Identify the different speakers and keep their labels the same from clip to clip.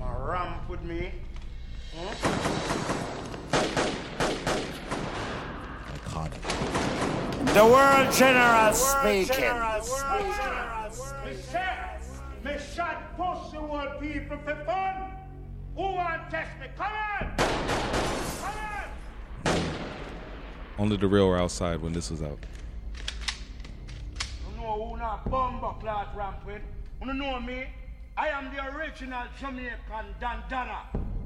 Speaker 1: ramp with me.
Speaker 2: Iconic.
Speaker 3: The world general speaking.
Speaker 1: Me shot push the world people for fun. Who want test me? Come on! Come on!
Speaker 4: Only the real were outside when this was out.
Speaker 1: You know who not bomber class ramp with? You know me? I am the original Jamaican Dandana.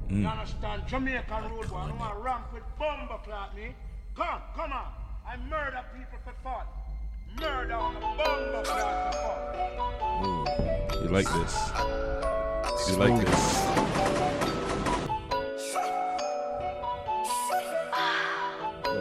Speaker 1: You understand? Jamaican road boy. You want ramp with bomber class me? Come, come on. I murder people for fun. Murder on a bomber class for fun.
Speaker 4: You like this? You like this?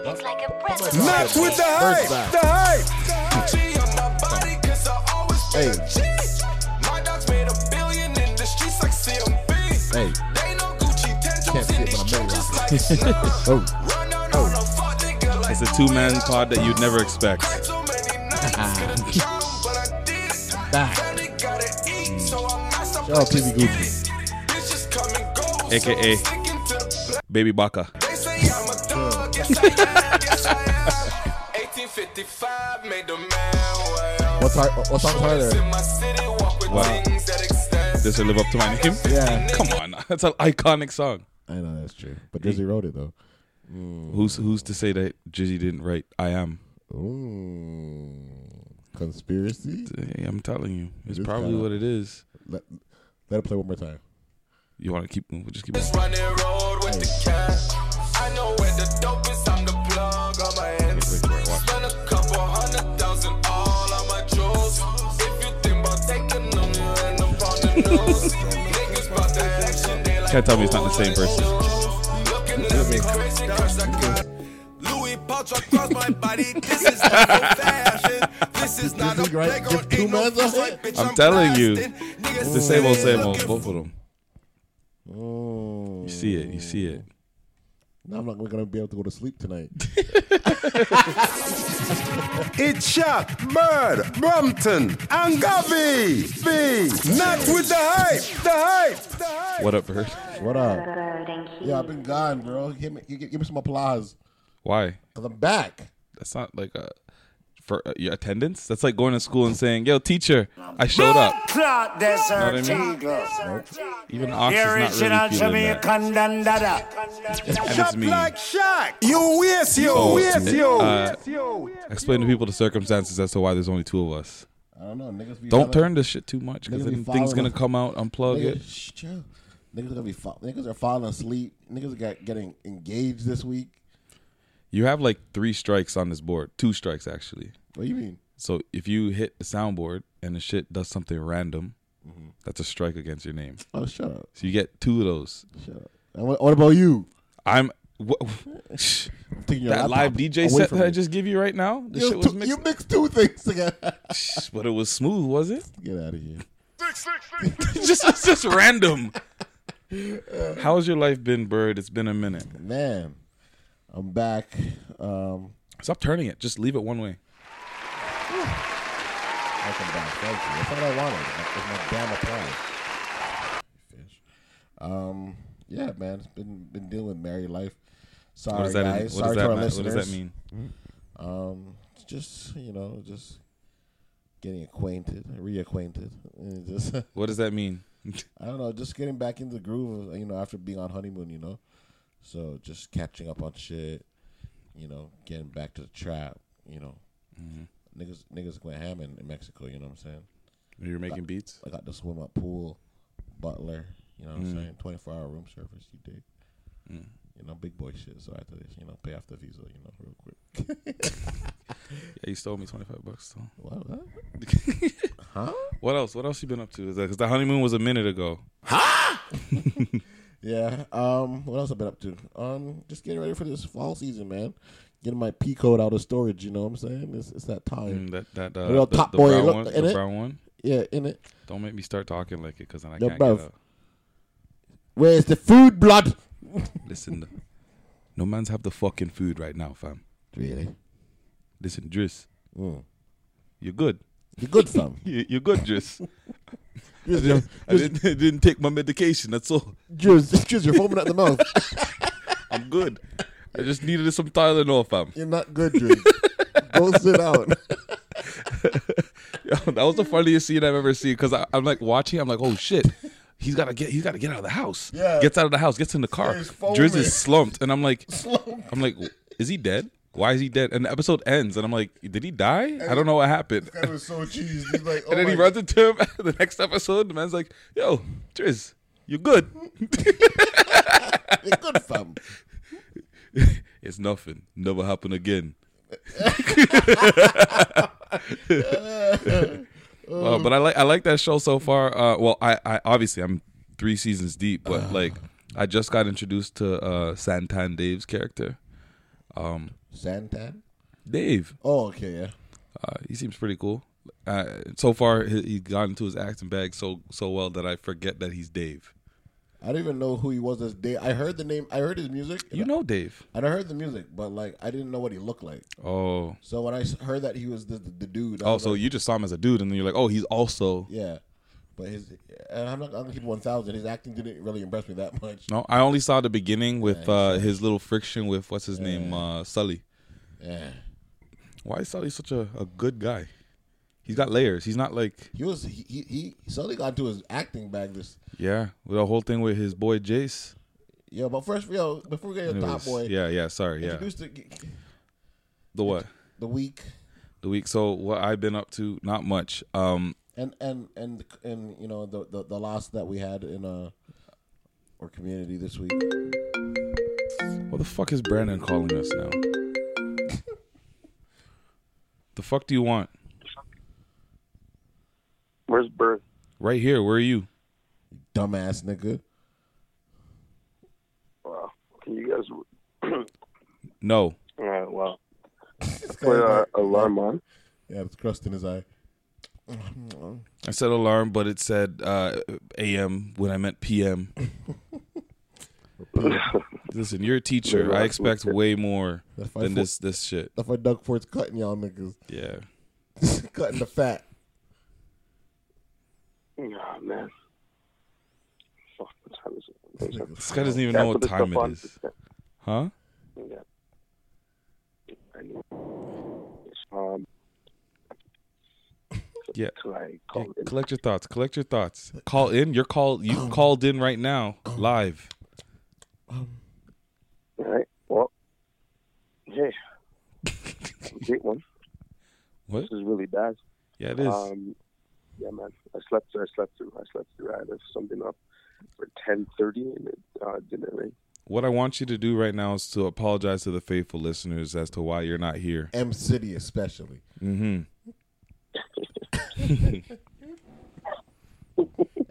Speaker 5: It's like a breath of
Speaker 2: Not
Speaker 5: fresh
Speaker 2: with
Speaker 5: air.
Speaker 2: the hype, the
Speaker 6: hype. She on my body 'cause I always
Speaker 2: Hey.
Speaker 6: get a cheese. My dogs made a billion in the streets like CMB.
Speaker 2: Hey.
Speaker 6: They know
Speaker 2: Can't
Speaker 6: Gucci tattoos
Speaker 2: fit
Speaker 6: in
Speaker 2: with
Speaker 6: these
Speaker 2: my
Speaker 6: trenches
Speaker 2: mouth.
Speaker 6: like snubs.
Speaker 2: Oh.
Speaker 6: Run out on a fuck nigga like
Speaker 4: It's a two-man pod that you'd never expect.
Speaker 6: Cracked so many nights, could've drowned, but I did it.
Speaker 2: Back.
Speaker 6: Family gotta eat, so I'm not stopping
Speaker 2: Shout out
Speaker 6: to
Speaker 2: PB
Speaker 6: get
Speaker 2: Gucci.
Speaker 6: it. Bitches come and go, so
Speaker 4: AKA.
Speaker 6: I'm sticking to the plan.
Speaker 4: Baby Baka.
Speaker 6: They say I'm a dog, yes I am, yes I am. 1855 made the man well.
Speaker 2: What's har- what's on harder?
Speaker 6: Tourists in my city walk with
Speaker 4: Wow.
Speaker 6: things that extend.
Speaker 4: This will live up to my name?
Speaker 2: Yeah.
Speaker 4: Come on. That's an iconic song.
Speaker 2: I know that's true. But Drizzy wrote it though.
Speaker 4: Who's who's to say that Jizzy didn't write I Am?
Speaker 2: Ooh. Conspiracy?
Speaker 4: Hey, I'm telling you. It's
Speaker 2: This
Speaker 4: probably
Speaker 2: kinda-
Speaker 4: what it is.
Speaker 2: Let, let it play one more time.
Speaker 4: You want to keep, we'll just keep
Speaker 6: Just running road with the cash. I know where the dope is, I'm the plug on my hands.
Speaker 4: Wait, wait, wait, watch.
Speaker 6: Spend a couple hundred thousand all on my jewels. If you think about taking them, you end up on the news. Niggas bout the action, they like
Speaker 4: Can't tell me it's not the same person.
Speaker 6: Looking at me crazy 'cause I got Louis Pouch across my body. This is not a fashion. This is not
Speaker 2: This
Speaker 6: a
Speaker 2: is right.
Speaker 6: playground.
Speaker 2: Give two
Speaker 6: Ain't no
Speaker 2: man's a
Speaker 6: first
Speaker 2: hit.
Speaker 6: bitch,
Speaker 4: I'm telling you.
Speaker 6: blasting. Niggas
Speaker 4: The same old, same
Speaker 6: looking
Speaker 4: old. Both of them.
Speaker 2: Oh.
Speaker 4: You see it. You see it.
Speaker 2: Now I'm not gonna be able to go to sleep tonight.
Speaker 7: Itchak, Bird, Brompton, and Gavi. B. Not with the hype, the hype, the hype.
Speaker 4: What up, Bird?
Speaker 2: what up?
Speaker 5: Bird and keys.
Speaker 2: Yeah, I've been gone, bro. Give me, give, give me some applause.
Speaker 4: Why?
Speaker 2: Cause I'm back.
Speaker 4: That's not like a for uh, your attendance. That's like going to school and saying, "Yo, teacher, I showed up."
Speaker 3: Clock desert
Speaker 4: Know what I mean?
Speaker 3: eagle.
Speaker 4: Even Ox
Speaker 3: The
Speaker 4: is
Speaker 3: original
Speaker 4: not really feeling that.
Speaker 3: Jamaican dandada.
Speaker 4: And it's me.
Speaker 7: Shaq. You waste
Speaker 4: Oh,
Speaker 7: yo, waste yo.
Speaker 4: uh, Explain to people the circumstances as to why there's only two of us.
Speaker 2: I don't know. Niggas be
Speaker 4: Don't
Speaker 2: follow-
Speaker 4: turn this shit too much because
Speaker 2: Niggas be
Speaker 4: then things
Speaker 2: following
Speaker 4: gonna
Speaker 2: us.
Speaker 4: come out. Unplug
Speaker 2: Niggas,
Speaker 4: it.
Speaker 2: shh, chill. Niggas gonna be fall- niggas are falling asleep. Niggas got getting engaged this week.
Speaker 4: You have like three strikes on this board. Two strikes actually.
Speaker 2: What do you mean?
Speaker 4: So if you hit the soundboard and the shit does something random,
Speaker 2: Mm-hmm.
Speaker 4: that's a strike against your name.
Speaker 2: Oh, shut up,
Speaker 4: So you get two of those.
Speaker 2: shut up. And what, what about you?
Speaker 4: I'm. What,
Speaker 2: I'm taking your
Speaker 4: that live
Speaker 2: laptop
Speaker 4: DJ
Speaker 2: away
Speaker 4: set
Speaker 2: from
Speaker 4: that I
Speaker 2: me.
Speaker 4: just give you right now, the
Speaker 2: You,
Speaker 4: shit was
Speaker 2: two-
Speaker 4: mixed,
Speaker 2: you mixed two things together.
Speaker 4: but it was smooth, was it?
Speaker 2: Get out of here.
Speaker 4: just it's just random. How's your life been, Bird? It's been a minute.
Speaker 2: Man, I'm back. Um,
Speaker 4: Stop turning it. Just leave it one way.
Speaker 2: welcome back. Thank you. That's what I wanted. That's my damn applause. Fish. Um, yeah, man. It's been been dealing with married life. Sorry,
Speaker 4: What does that?
Speaker 2: guys.
Speaker 4: what, does
Speaker 2: Sorry
Speaker 4: that
Speaker 2: to our
Speaker 4: ma- what
Speaker 2: listeners.
Speaker 4: does that mean?
Speaker 2: Um, it's just you know, just getting acquainted, reacquainted, and just
Speaker 4: What does that mean?
Speaker 2: I don't know, just getting back into the groove. You know, after being on honeymoon, you know, so just catching up on shit. You know, getting back to the trap. You know, niggas niggas went ham in, in Mexico. You know what I'm saying?
Speaker 4: You're making beats.
Speaker 2: I got to swim up pool, butler. You know what I'm saying? 24 hour room service. You dig? You know, big boy shit. So after this, you know, pay off the visa. You know, real quick.
Speaker 4: Yeah, you stole me twenty five bucks. So.
Speaker 2: what? what?
Speaker 4: What else? What else you been up to? Because the honeymoon was a minute ago.
Speaker 2: Yeah. Um. What else I've been up to? Um. Just getting ready for this fall season, man. Getting my P code out of storage. You know what I'm saying? It's, it's that time.
Speaker 4: Mm, that that uh,
Speaker 2: Little
Speaker 4: the,
Speaker 2: top
Speaker 4: the
Speaker 2: boy
Speaker 4: brown
Speaker 2: look
Speaker 4: one.
Speaker 2: in
Speaker 4: The
Speaker 2: it.
Speaker 4: brown one.
Speaker 2: Yeah. In it.
Speaker 4: Don't make me start talking like it because then I
Speaker 2: Yo,
Speaker 4: can't
Speaker 2: bruv.
Speaker 4: get out.
Speaker 2: Where's the food, blood?
Speaker 4: Listen, no man's have the fucking food right now, fam.
Speaker 2: Really?
Speaker 4: Listen, Driss,
Speaker 2: Mm.
Speaker 4: you're good.
Speaker 2: You good, fam.
Speaker 4: You, you're good, Driss. I,
Speaker 2: Driz,
Speaker 4: didn't, I
Speaker 2: Driz,
Speaker 4: didn't- didn't take my medication. That's all.
Speaker 2: Driz, Driz, you're foaming at the mouth.
Speaker 4: I'm good. I just needed some Tylenol, fam.
Speaker 2: You're not good, Driz. Go sit out.
Speaker 4: Yo, that was the funniest scene I've ever seen because I'm like watching. I'm like, oh shit, he's gotta get, he's gotta get out of the house.
Speaker 2: Yeah.
Speaker 4: gets out of the house, gets in the car.
Speaker 2: He's foaming.
Speaker 4: Driz is slumped, and I'm like, I'm like, is he dead? Why is he dead? And the episode ends, and I'm like, did he die? I don't know what happened.
Speaker 2: That was so cheesy. He's like, oh
Speaker 4: and then he runs into him the next episode. The man's like, yo, Driz, you good?
Speaker 2: You're good, fam.
Speaker 4: it's nothing. Never happen again. Uh, but I like I like that show so far. Uh, well, I, I obviously I'm three seasons deep, but like I just got introduced to uh, Santan Dave's character.
Speaker 2: Santan?
Speaker 4: Dave,
Speaker 2: Oh, okay, yeah.
Speaker 4: uh, he seems pretty cool. Uh, so far, he, he got into his acting bag so so well that I forget that he's Dave.
Speaker 2: I don't even know who he was as Dave. I heard the name. I heard his music. and
Speaker 4: You know Dave?
Speaker 2: I- and I heard the music, but like I didn't know what he looked like.
Speaker 4: Oh,
Speaker 2: So when I s- heard that he was the, the, the dude, I
Speaker 4: oh.
Speaker 2: was
Speaker 4: So
Speaker 2: like,
Speaker 4: you just saw him as a dude, and then you're like, oh, he's also
Speaker 2: yeah. But his and I'm not I'm gonna keep one thousand. His acting didn't really impress me that much.
Speaker 4: No, I only saw the beginning with uh, his little friction with what's his name, uh, Sully.
Speaker 2: Yeah,
Speaker 4: Why is Sully such a, a good guy? He's got layers. He's not like
Speaker 2: he was he he, he suddenly got into his acting bag. This
Speaker 4: yeah, with the whole thing with his boy Jace.
Speaker 2: yo, but first yo, before we get into top
Speaker 4: Anyways,
Speaker 2: boy,
Speaker 4: yeah, yeah. Sorry, yeah.
Speaker 2: introduce the
Speaker 4: The what?
Speaker 2: the week
Speaker 4: The week. So what I've been up to? Not much. Um,
Speaker 2: and and and and you know the the, the loss that we had in uh our community this week.
Speaker 4: what the fuck is Brandon calling us now? the fuck do you want?
Speaker 8: Where's Bird?
Speaker 4: Right here. Where are you?
Speaker 2: Dumbass nigga.
Speaker 8: Wow. Can you guys?
Speaker 4: No.
Speaker 8: All right. Wow. Put uh, alarm on.
Speaker 2: Yeah, it's crust in his eye.
Speaker 4: I said alarm, but it said uh, a.m. when I meant p.m. Listen, you're a teacher. I expect way more
Speaker 2: The five
Speaker 4: than
Speaker 2: foot-
Speaker 4: this this shit.
Speaker 2: That's why Doug Ford's cutting y'all niggas,
Speaker 4: Yeah.
Speaker 2: cutting the fat.
Speaker 8: Oh man. Fuck. What time is it? What time is it?
Speaker 4: This guy doesn't even know
Speaker 8: Can I put
Speaker 4: what
Speaker 8: this
Speaker 4: time
Speaker 8: stuff on?
Speaker 4: it is. Huh?
Speaker 8: Yeah. I know. It's, um,
Speaker 4: Yeah.
Speaker 8: till I
Speaker 4: Yeah,
Speaker 8: call it.
Speaker 4: Collect your thoughts. Collect your thoughts. Call in. You're called. You called in right now, live.
Speaker 8: All right. Well. Hey. Great one.
Speaker 4: What?
Speaker 8: This is really bad.
Speaker 4: Yeah, it is.
Speaker 8: Um, yeah, man. I slept. I slept through. I slept through. I had something up for ten thirty, and it uh, didn't ring.
Speaker 4: What I want you to do right now is to apologize to the faithful listeners as to why you're not here.
Speaker 2: M City especially. Mm-hmm.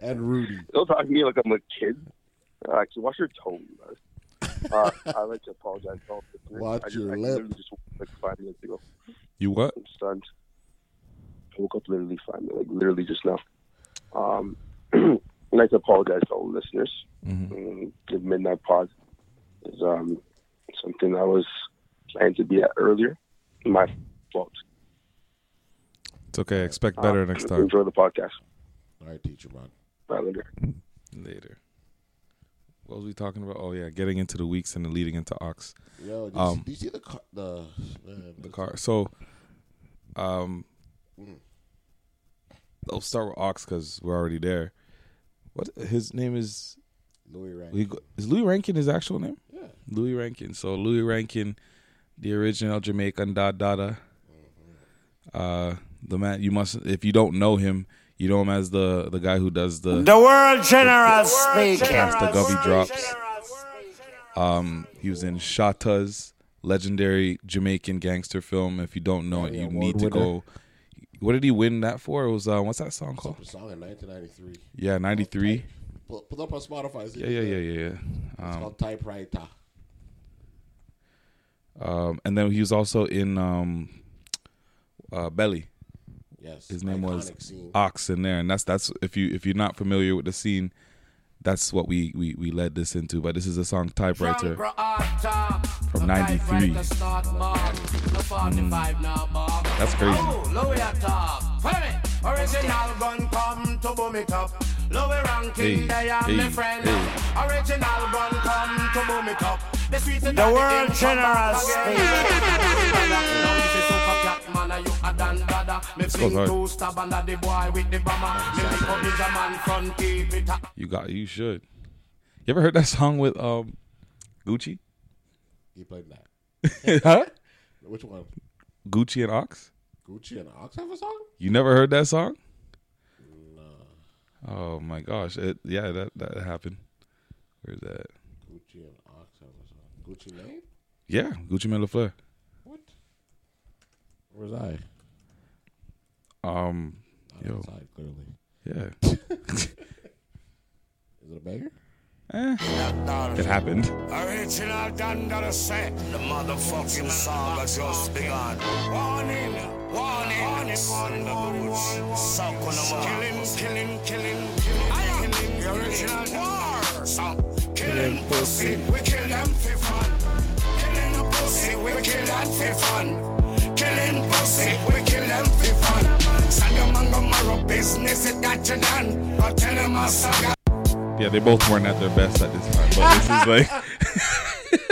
Speaker 2: and Rudy.
Speaker 8: Don't talk to me like I'm a kid. Uh, actually, watch your tone. man. Uh, I like to apologize. to all the listeners.
Speaker 2: Watch
Speaker 8: I just,
Speaker 2: your
Speaker 8: I
Speaker 2: lip.
Speaker 8: literally just woke up, like five minutes ago.
Speaker 4: You what?
Speaker 8: I'm stunned. I woke up literally five minutes, like literally just now. Um, I'd like to apologize to all the listeners.
Speaker 4: Mm-hmm.
Speaker 8: Mm, The midnight pod is um, something I was planning to be at earlier. My fault. Uh,
Speaker 4: It's okay. Expect
Speaker 8: um,
Speaker 4: better next time.
Speaker 8: Enjoy the podcast.
Speaker 2: All right, teacher man.
Speaker 8: Bye later.
Speaker 4: later. What was we talking about? Oh yeah, getting into the weeks and then leading into Ox
Speaker 2: Yo, did, you,
Speaker 4: Um,
Speaker 2: see- did you see the car, the man,
Speaker 4: the car. So, um, I'll start with Ox because we're already there. What his name is?
Speaker 2: Louis Rank?
Speaker 4: We go, is Louis Rankin his actual name? Yeah, Louis Rankin. So Louis Rankin, the original Jamaican da Dada. Uh, the man you must if you don't know him, you know him as the the guy who does the
Speaker 3: The world generous speaking.
Speaker 4: the Gubby drops. Um, he was in Shata's legendary Jamaican gangster film. If you don't know it, you need to go. What did he win that for? It was uh, what's that song
Speaker 2: The
Speaker 4: called?
Speaker 2: song in 1993.
Speaker 4: Yeah, ninety three.
Speaker 3: Oh,
Speaker 2: Pull, pull up on Spotify. see
Speaker 4: Yeah,
Speaker 2: if
Speaker 4: yeah,
Speaker 2: it's
Speaker 4: yeah,
Speaker 2: there.
Speaker 4: yeah, yeah.
Speaker 2: It's
Speaker 4: Um,
Speaker 2: called Typewriter.
Speaker 4: um, and then he was also in um, uh, Belly.
Speaker 2: Yes.
Speaker 4: His name was
Speaker 2: iconic Scene.
Speaker 4: Ox in there, and that's that's if you if you're not familiar with the scene, that's what we we, we led this into. But this is a song typewriter.
Speaker 9: from
Speaker 4: '93.
Speaker 9: That's
Speaker 4: Mm. That's crazy.
Speaker 9: Louis at Oh, top. Follow me. Original gun come to boom it up. Lower ranking,
Speaker 4: Hey,
Speaker 9: they are
Speaker 4: hey,
Speaker 9: my friend.
Speaker 4: hey.
Speaker 9: Original gun come to boom it up. The sweet
Speaker 3: The world generous
Speaker 9: This
Speaker 4: goes hard.
Speaker 9: Too stubborn that the boy with the bomber. Me pick up the German front keep it up.
Speaker 4: You got. You should. You ever heard that song with um, Gucci?
Speaker 2: He played that.
Speaker 4: huh?
Speaker 2: Which one?
Speaker 4: Gucci and Ox.
Speaker 2: Gucci and Ox have a song?
Speaker 4: You never heard that song? Oh my gosh! It, yeah, that that happened. Where's that?
Speaker 2: Gucci and Ox have a song. Gucci Mane?
Speaker 4: Yeah, Gucci Mane LaFleur.
Speaker 2: What? Where's I?
Speaker 4: Um,
Speaker 2: Not
Speaker 4: Yo.
Speaker 2: outside, clearly.
Speaker 4: yeah,
Speaker 2: Is it a banger?
Speaker 4: Eh, it happened.
Speaker 3: Original Dandara set. The motherfucking song has just begun. Warning, warning, warning, warning, warning. Suck on the Kill him, kill him, kill him, kill him. I am the original war. So, kill him, pussy. We kill them for fun. Killing the pussy, we kill them for fun. Killing pussy, we kill them for fun. Send your man go marrow business, it that you done. But tell them I suck.
Speaker 4: Yeah, they both weren't at their best at this time, but this is like,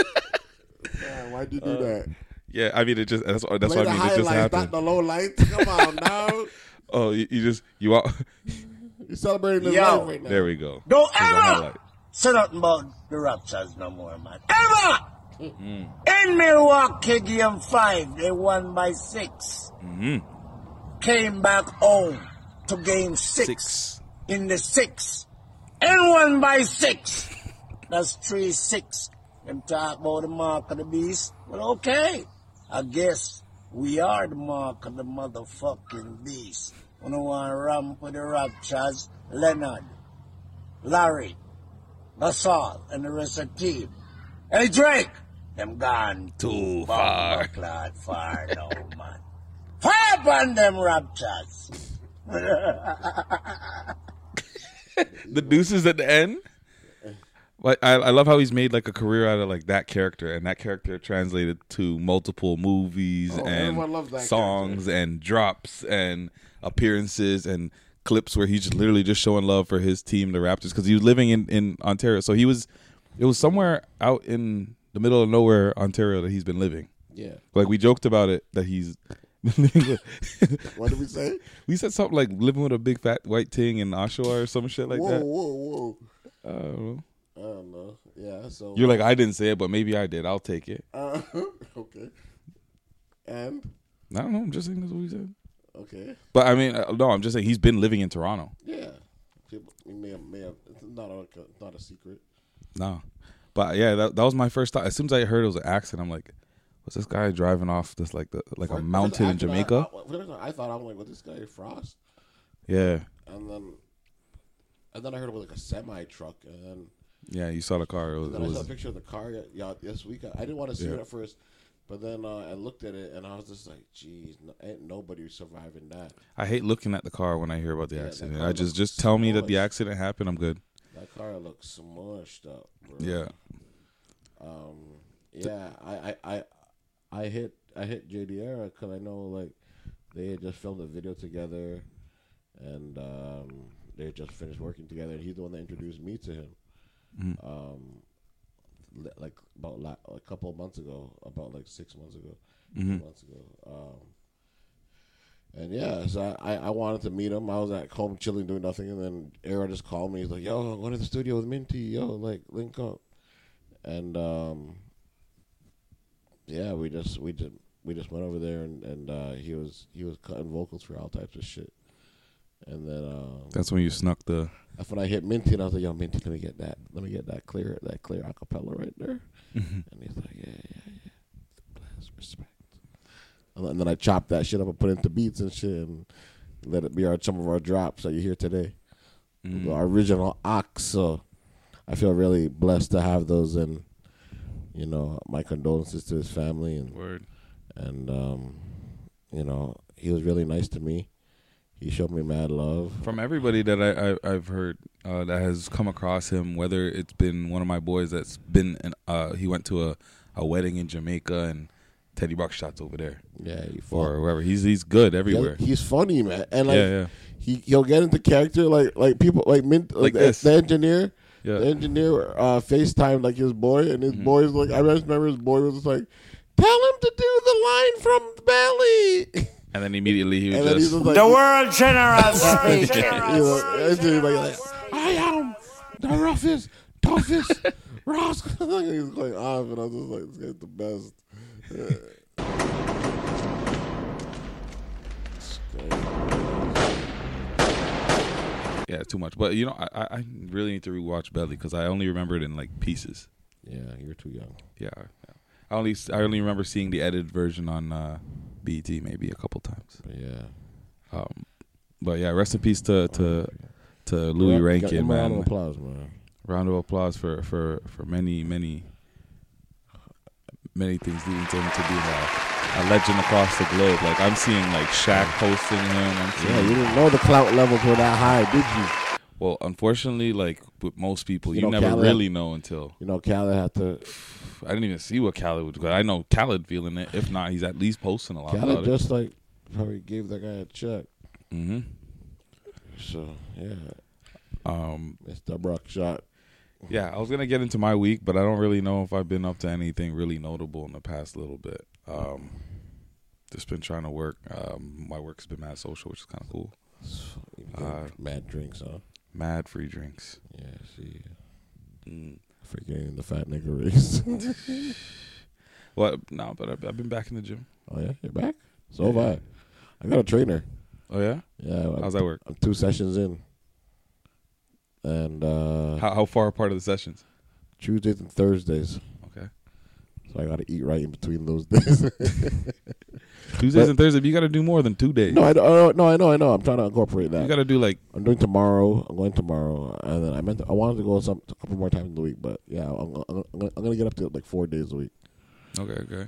Speaker 2: Man, why'd you do that?
Speaker 4: yeah. I mean, it just that's that's what I mean. Uh, It just happened.
Speaker 2: low light. Come on now.
Speaker 4: Oh, you, you just you out.
Speaker 2: You're celebrating his
Speaker 3: Yo.
Speaker 2: life right now.
Speaker 4: There we go.
Speaker 3: Don't
Speaker 4: Here's a
Speaker 3: ever-
Speaker 4: highlight.
Speaker 3: Say nothing about the Raptors no more, man. Ever!
Speaker 4: Mm-hmm.
Speaker 3: In Milwaukee, game five, they won by 6
Speaker 4: Mm-hmm.
Speaker 3: Came back home to game six,
Speaker 4: Six.
Speaker 3: in the six. And won by six. That's three six. Them talk about the mark of the beast. Well, okay. I guess we are the mark of the motherfucking beast. When I want to ramp with the Raptors, Leonard, Larry, Basal, and the rest of the team. Hey, Drake! Them gone
Speaker 4: Too
Speaker 3: far. Clod far, no man. Fire upon them Raptors.
Speaker 4: The deuces at the end. Like I, I love how he's made like a career out of like that character, and that character translated to multiple movies
Speaker 2: Oh, everyone loves
Speaker 4: and
Speaker 2: that
Speaker 4: songs and drops and appearances and clips where he's just literally just showing love for his team, the Raptors, because he was living in in Ontario. So he was, it was somewhere out in the middle of nowhere, Ontario, that he's been living.
Speaker 2: Yeah.
Speaker 4: Like we joked about it that he's. living with-
Speaker 2: What did we say?
Speaker 4: we said something like living with a big fat white thing in Oshawa or some shit like
Speaker 2: whoa,
Speaker 4: that.
Speaker 2: whoa, whoa.
Speaker 4: I don't know.
Speaker 2: I don't know. Uh, Yeah. So.
Speaker 4: You're like, I didn't say it, but maybe I did. I'll take it. I
Speaker 2: Uh, okay. And
Speaker 4: don't know. I'm just saying that's what we said.
Speaker 2: okay.
Speaker 4: But I mean, uh, no, I'm just saying he's been living in Toronto.
Speaker 2: Yeah. People you may have, may have, it's not a it's not a secret.
Speaker 4: No. But yeah, that, that was my first thought. As soon as I heard it was an accident, I'm like, was this guy driving off this like the like a
Speaker 2: First-
Speaker 4: mountain in
Speaker 2: after that,
Speaker 4: Jamaica?
Speaker 2: I, first I thought I'm like, well, this guy Frost,
Speaker 4: Yeah.
Speaker 2: and then and then I heard it was like a semi truck, and then,
Speaker 4: Yeah, you saw the car. It was, it
Speaker 2: then I saw a
Speaker 4: was
Speaker 2: picture of the car. Yeah, yeah, this week I, I didn't want to see it at first, but then uh, I looked at it and I was just like, geez, no, ain't nobody surviving that.
Speaker 4: I hate looking at the car when I hear about the accident.
Speaker 2: car
Speaker 4: I just
Speaker 2: looks
Speaker 4: just tell me that
Speaker 2: small
Speaker 4: the
Speaker 2: as-
Speaker 4: accident happened. I'm good.
Speaker 2: That car looks smushed up. Bro.
Speaker 4: Yeah.
Speaker 2: Yeah, I, I, I, I hit I hit JDR because I know like they had just filmed a video together, and um, they had just finished working together. And he's the one that introduced me to him, um, li- like about la- a couple of months ago, about like six months ago, eight months ago. Um, and yeah, so I, I, I wanted to meet him. I was at home chilling, doing nothing, and then Era just called me. He's like, "Yo, I'm going to the studio with Minty. Yo, like link up." And um, yeah, we just we just we just went over there and and uh, he was he was cutting vocals for all types of shit. And then um,
Speaker 4: That's when you snuck the.
Speaker 2: that's when I hit Minty and I was like, "Yo, Minty, let me get that, let me get that clear, that clear acapella right there." And he's like, "Yeah, yeah, yeah, bless, respect." And then- and then I chopped that shit up and put it into beats and shit, and let it be our some of our drops that you hear today, the original ox. So I feel really blessed to have those, and you know, my condolences to his family and
Speaker 4: Word.
Speaker 2: and um, you know, he was really nice to me. He showed me mad love.
Speaker 4: from everybody that I, I I've heard uh, that has come across him, whether it's been one of my boys that's been an, uh, he went to a, a wedding in Jamaica and Teddy Buckshot's over there
Speaker 2: Yeah, he
Speaker 4: or wherever. He's he's good everywhere.
Speaker 2: Yeah, he's funny, man, and like
Speaker 4: Yeah, yeah.
Speaker 2: he he'll get into character like like people like Min, like, the,
Speaker 4: this.
Speaker 2: the engineer.
Speaker 4: Yeah. Mm-hmm.
Speaker 2: The engineer uh, FaceTime like his boy, and his boy's like I remember his boy was just like, "Tell him to do the line from Belly,"
Speaker 4: and then immediately he was
Speaker 2: and then he's
Speaker 4: just
Speaker 2: just like,
Speaker 3: The world generous.
Speaker 2: you know, engineer like, like, "I am the roughest, toughest, rascal." Like, he's going off, and I was just like, "This guy's the best."
Speaker 4: yeah, too much. But you know, I, I- I really need to rewatch Belly because I only remember it in like pieces.
Speaker 2: Yeah, you're too young.
Speaker 4: Yeah, yeah. I only I only remember seeing the edited version on uh, BET maybe a couple times.
Speaker 2: Yeah,
Speaker 4: Um, but yeah, rest in peace to to to Louis
Speaker 2: Give
Speaker 4: Rankin,
Speaker 2: him a round of
Speaker 4: man.
Speaker 2: applause, man.
Speaker 4: Round of applause for for for many many many things leading to him to be like a legend across the globe. Like I'm seeing like Shaq hosting him. I'm seeing
Speaker 2: Yeah, you didn't know the clout levels were that high, did you?
Speaker 4: Well, unfortunately, like with most people,
Speaker 2: You
Speaker 4: you,
Speaker 2: know,
Speaker 4: never
Speaker 2: Khaled-
Speaker 4: really know until
Speaker 2: You know, Khaled had to.
Speaker 4: I didn't even see what Khaled would. I know Khaled feeling it. If not, he's at least posting a lot
Speaker 2: Khaled
Speaker 4: about
Speaker 2: just like probably gave that guy a check.
Speaker 4: it. hmm
Speaker 2: So yeah,
Speaker 4: Um,
Speaker 2: it's the rock shot.
Speaker 4: yeah, I was gonna get into my week, but I don't really know if I've been up to anything really notable in the past little bit. Um, just been trying to work. Um, my work's been mad social, which is kind of cool. Uh,
Speaker 2: Mad drinks, huh?
Speaker 4: Mad free drinks.
Speaker 2: Yeah, see, forgetting Mm. the fat nigga race.
Speaker 4: Well, no, but I've, I've been back in the gym.
Speaker 2: oh yeah, you're back. So have I. I got a trainer.
Speaker 4: Oh yeah,
Speaker 2: Yeah, I'm,
Speaker 4: how's that work?
Speaker 2: I'm two sessions in, and uh
Speaker 4: How, how far apart are the sessions?
Speaker 2: Tuesdays and Thursdays.
Speaker 4: Okay,
Speaker 2: So I got to eat right in between those days.
Speaker 4: Tuesdays
Speaker 2: But-
Speaker 4: and Thursdays. You got to do more than two days.
Speaker 2: no, I don't, no, I know, I know. I'm trying to incorporate that.
Speaker 4: you got to do like
Speaker 2: I'm doing tomorrow. I'm going tomorrow, and then I meant to, I wanted to go some a couple more times in the week, but yeah, I'm, I'm, I'm, gonna- I'm gonna get up to like four days a week.
Speaker 4: okay, okay.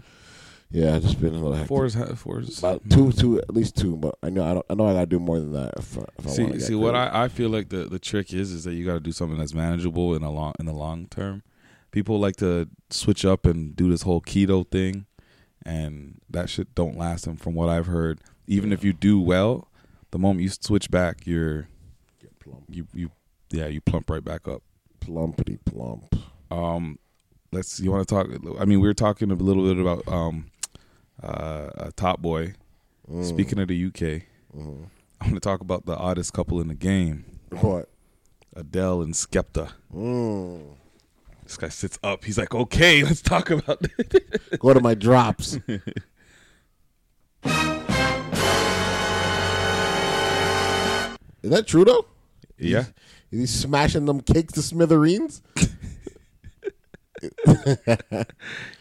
Speaker 2: Yeah, it's just been a little hectic.
Speaker 4: Four is ha- four is
Speaker 2: about two, two at least two, but I know I don't, I know I gotta do more than that. If, I- if I wanna
Speaker 4: See,
Speaker 2: get
Speaker 4: see what
Speaker 2: creative.
Speaker 4: I, I feel like the, the trick is is that you got to do something that's manageable in a long in the long term. People like to switch up and do this whole keto thing, and that shit don't last. And from what I've heard, even if you do well, the moment you switch back, you're
Speaker 2: Get plump,
Speaker 4: you you yeah you plump right back up.
Speaker 2: plumpity plump.
Speaker 4: Um, let's you want to talk? I mean, we were talking a little bit about um, uh, uh, Top Boy.
Speaker 2: Mm.
Speaker 4: Speaking of the UK,
Speaker 2: Mm-hmm.
Speaker 4: I'm going to talk about the oddest couple in the game.
Speaker 2: What?
Speaker 4: Adele and Skepta.
Speaker 2: Mm.
Speaker 4: This guy sits up. He's like, okay, let's talk about this.
Speaker 2: Go to my drops. Is that Trudeau?
Speaker 4: Yeah.
Speaker 2: Is he smashing them cakes to smithereens?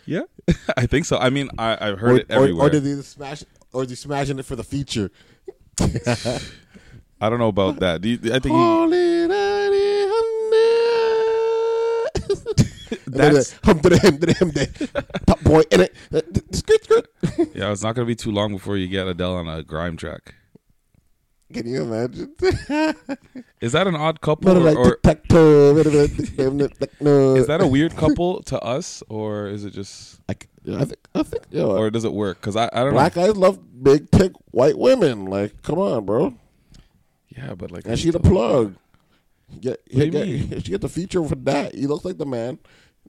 Speaker 4: Yeah. I think so. I mean, I, I've heard
Speaker 2: or,
Speaker 4: it everywhere.
Speaker 2: Or, or did he smash? Or is he smashing it for the feature?
Speaker 4: I don't know about that. Do you, I think he,
Speaker 2: Holy daddy, hum, yeah.
Speaker 4: That's-
Speaker 2: Hum, da, da, hum, da, da, hum, da. Top boy in it. Uh, d- d- Skirt, skirt.
Speaker 4: yeah, it's not going to be too long before you get Adele on a grime track.
Speaker 2: Can you imagine?
Speaker 4: Is that an odd couple?
Speaker 2: Bit of
Speaker 4: Or,
Speaker 2: like
Speaker 4: or
Speaker 2: tic-tac-toe, bit of like tic-tac-toe.
Speaker 4: is that a weird couple to us? Or is it just,
Speaker 2: I, c- yeah, I think. I think. Yo,
Speaker 4: or does it work? Because I, I don't
Speaker 2: black
Speaker 4: know.
Speaker 2: guys love big, thick, white women. Like, come on, bro.
Speaker 4: Yeah, but like.
Speaker 2: And she the plug. Get,
Speaker 4: do you
Speaker 2: get-
Speaker 4: mean?
Speaker 2: She get the feature for that. He looks like the man.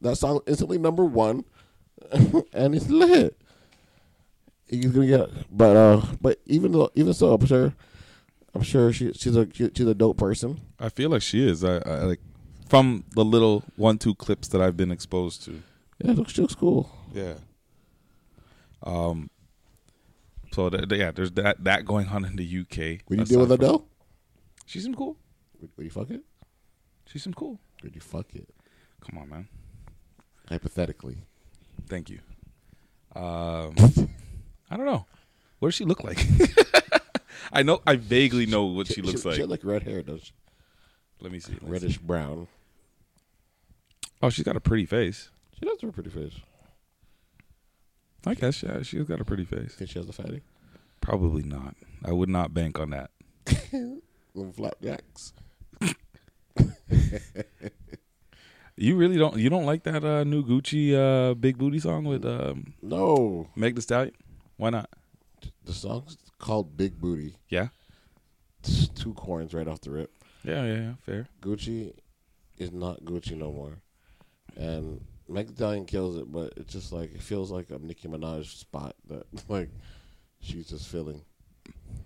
Speaker 2: That song instantly number one, and it's lit. He's gonna get, but uh, but even though, even so, I'm sure, I'm sure she she's a she, she's a dope person.
Speaker 4: I feel like she is. I, I like from the little one two clips that I've been exposed to.
Speaker 2: Yeah, looks she looks cool.
Speaker 4: Yeah. Um. So th- th- yeah, there's that that going on in the UK.
Speaker 2: Would you
Speaker 4: Aside
Speaker 2: deal with
Speaker 4: from-
Speaker 2: Adele?
Speaker 4: She seemed cool.
Speaker 2: Would, would you fuck it?
Speaker 4: She seemed cool.
Speaker 2: Would you fuck it?
Speaker 4: Come on, man.
Speaker 2: Hypothetically,
Speaker 4: Thank you. Um. I don't know. What does she look like? I know. I vaguely know what she, looks like.
Speaker 2: She had like red hair, does she?
Speaker 4: Let me see. let me see.
Speaker 2: reddish brown.
Speaker 4: Oh, she's got a pretty face.
Speaker 2: She does have a pretty face.
Speaker 4: I guess yeah, she's got a pretty face.
Speaker 2: Think she has a fatty?
Speaker 4: Probably not. I would not bank on that.
Speaker 2: Mm-hmm. Little flapjacks.
Speaker 4: You really don't. You don't like that uh, new Gucci uh, Big Booty song with um,
Speaker 2: No,
Speaker 4: Meg The Stallion? Why not?
Speaker 2: the song's called Big Booty.
Speaker 4: Yeah.
Speaker 2: It's two corns right off the rip.
Speaker 4: Yeah, yeah, yeah. Fair.
Speaker 2: Gucci is not Gucci no more, and Meg Thee Stallion kills it, but it's just like it feels like a Nicki Minaj spot that like she's just filling.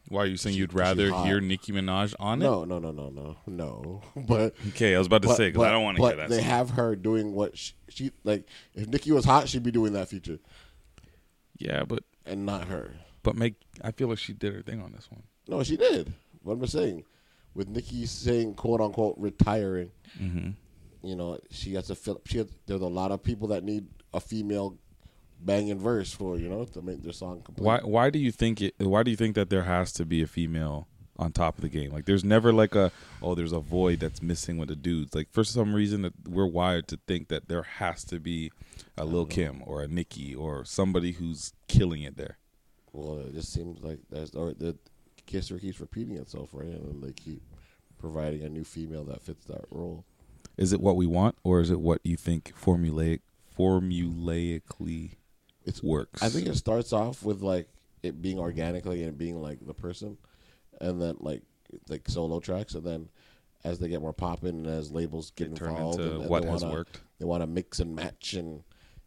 Speaker 4: Why you saying you'd
Speaker 2: she's
Speaker 4: rather
Speaker 2: hot.
Speaker 4: hear Nicki Minaj on it?
Speaker 2: No, no, no, no, no, no. But
Speaker 4: Okay, I was about to
Speaker 2: but,
Speaker 4: say because
Speaker 2: but-
Speaker 4: I don't want to
Speaker 2: but
Speaker 4: hear that.
Speaker 2: They
Speaker 4: song.
Speaker 2: have her doing what she, she like. If Nicki was hot, she'd be doing that feature,
Speaker 4: yeah, but
Speaker 2: and not her.
Speaker 4: but Meg, I feel like she did her thing on this one.
Speaker 2: No, she did. What I'm saying, with Nikki saying "quote unquote" retiring, you know, she has to fill. She has, there's a lot of people that need a female banging verse for you know to make their song complete.
Speaker 4: Why why do you think it? Why do you think that there has to be a female on top of the game? Like, there's never like a oh, there's a void that's missing with the dudes. Like for some reason that we're wired to think that there has to be a Lil
Speaker 2: Uh-huh.
Speaker 4: Kim or a Nicki or somebody who's killing it there.
Speaker 2: Well, it just seems like that's or the history keeps repeating itself, right? And they keep providing a new female that fits that role.
Speaker 4: Is it what we want or is it what you think formulaic formulaically
Speaker 2: It's
Speaker 4: works?
Speaker 2: I think it starts off with like it being organically and being like the person, and then like like solo tracks, and then as they get more popping and as labels get
Speaker 4: turn
Speaker 2: involved,
Speaker 4: into
Speaker 2: and, and
Speaker 4: what
Speaker 2: they
Speaker 4: has
Speaker 2: wanna,
Speaker 4: worked.
Speaker 2: They want to mix and match, and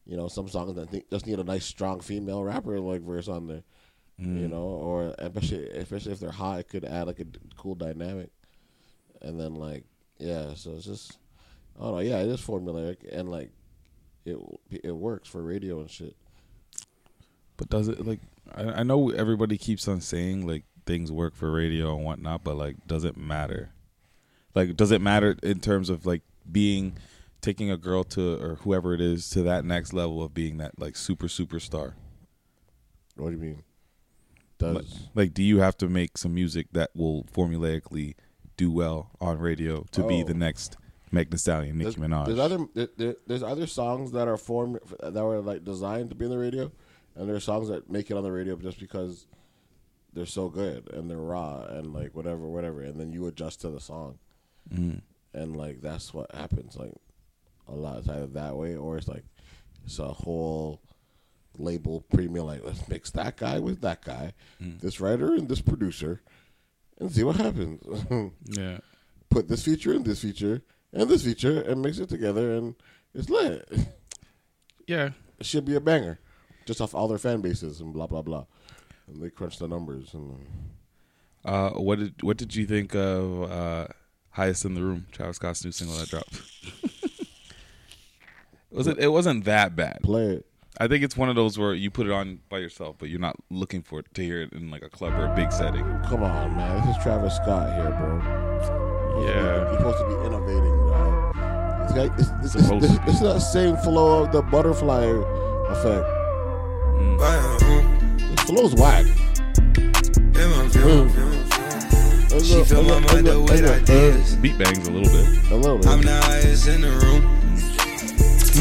Speaker 2: you know some songs that think just need a nice strong female rapper like verse on there, you
Speaker 4: Mm.
Speaker 2: know, or especially especially if they're hot, it could add like a d- cool dynamic, and then like yeah, so it's just I don't know, yeah, it is formulaic and like. It it works for radio and shit.
Speaker 4: But does it like? I, I know everybody keeps on saying like things work for radio and whatnot, but like, does it matter? Like, does it matter in terms of like being taking a girl to or whoever it is to that next level of being that like super superstar?
Speaker 2: What do you mean? Does
Speaker 4: Like, like, do you have to make some music that will formulaically do well on radio to be
Speaker 2: Oh.
Speaker 4: the next Meg Thee Stallion, Nicki
Speaker 2: there's,
Speaker 4: Minaj?
Speaker 2: there's other there, there- there's other songs that are formed that were like designed to be on the radio, and there's songs that make it on the radio just because they're so good and they're raw and like whatever whatever, and then you adjust to the song, and like that's what happens like a lot. It's either that way or it's like it's a whole label premium like let's mix that guy with that guy, this writer and this producer, and see what happens.
Speaker 4: yeah.
Speaker 2: put this feature and this feature and this feature and mix it together and it's lit.
Speaker 4: Yeah.
Speaker 2: It should be a banger. Just off all their fan bases and blah blah blah. And they crunch the numbers and
Speaker 4: Uh, what did what did you think of uh, highest in the room? Travis Scott's new single that dropped. was it? It wasn't that bad.
Speaker 2: play it.
Speaker 4: I think it's one of those where you put it on by yourself, but you're not looking for it to hear it in like a club or a big setting.
Speaker 2: Come on, man. This is Travis Scott here, bro.
Speaker 4: Yeah.
Speaker 2: You're supposed to be innovating, bro. It's, like, it's, it's, it's,
Speaker 4: Supposed
Speaker 2: it's,
Speaker 4: to be.
Speaker 2: it's that same flow of the butterfly effect. The flow's whack.
Speaker 4: Mm.
Speaker 2: She feel my mind the way I did.
Speaker 4: Beat bangs a little bit.
Speaker 2: A little bit.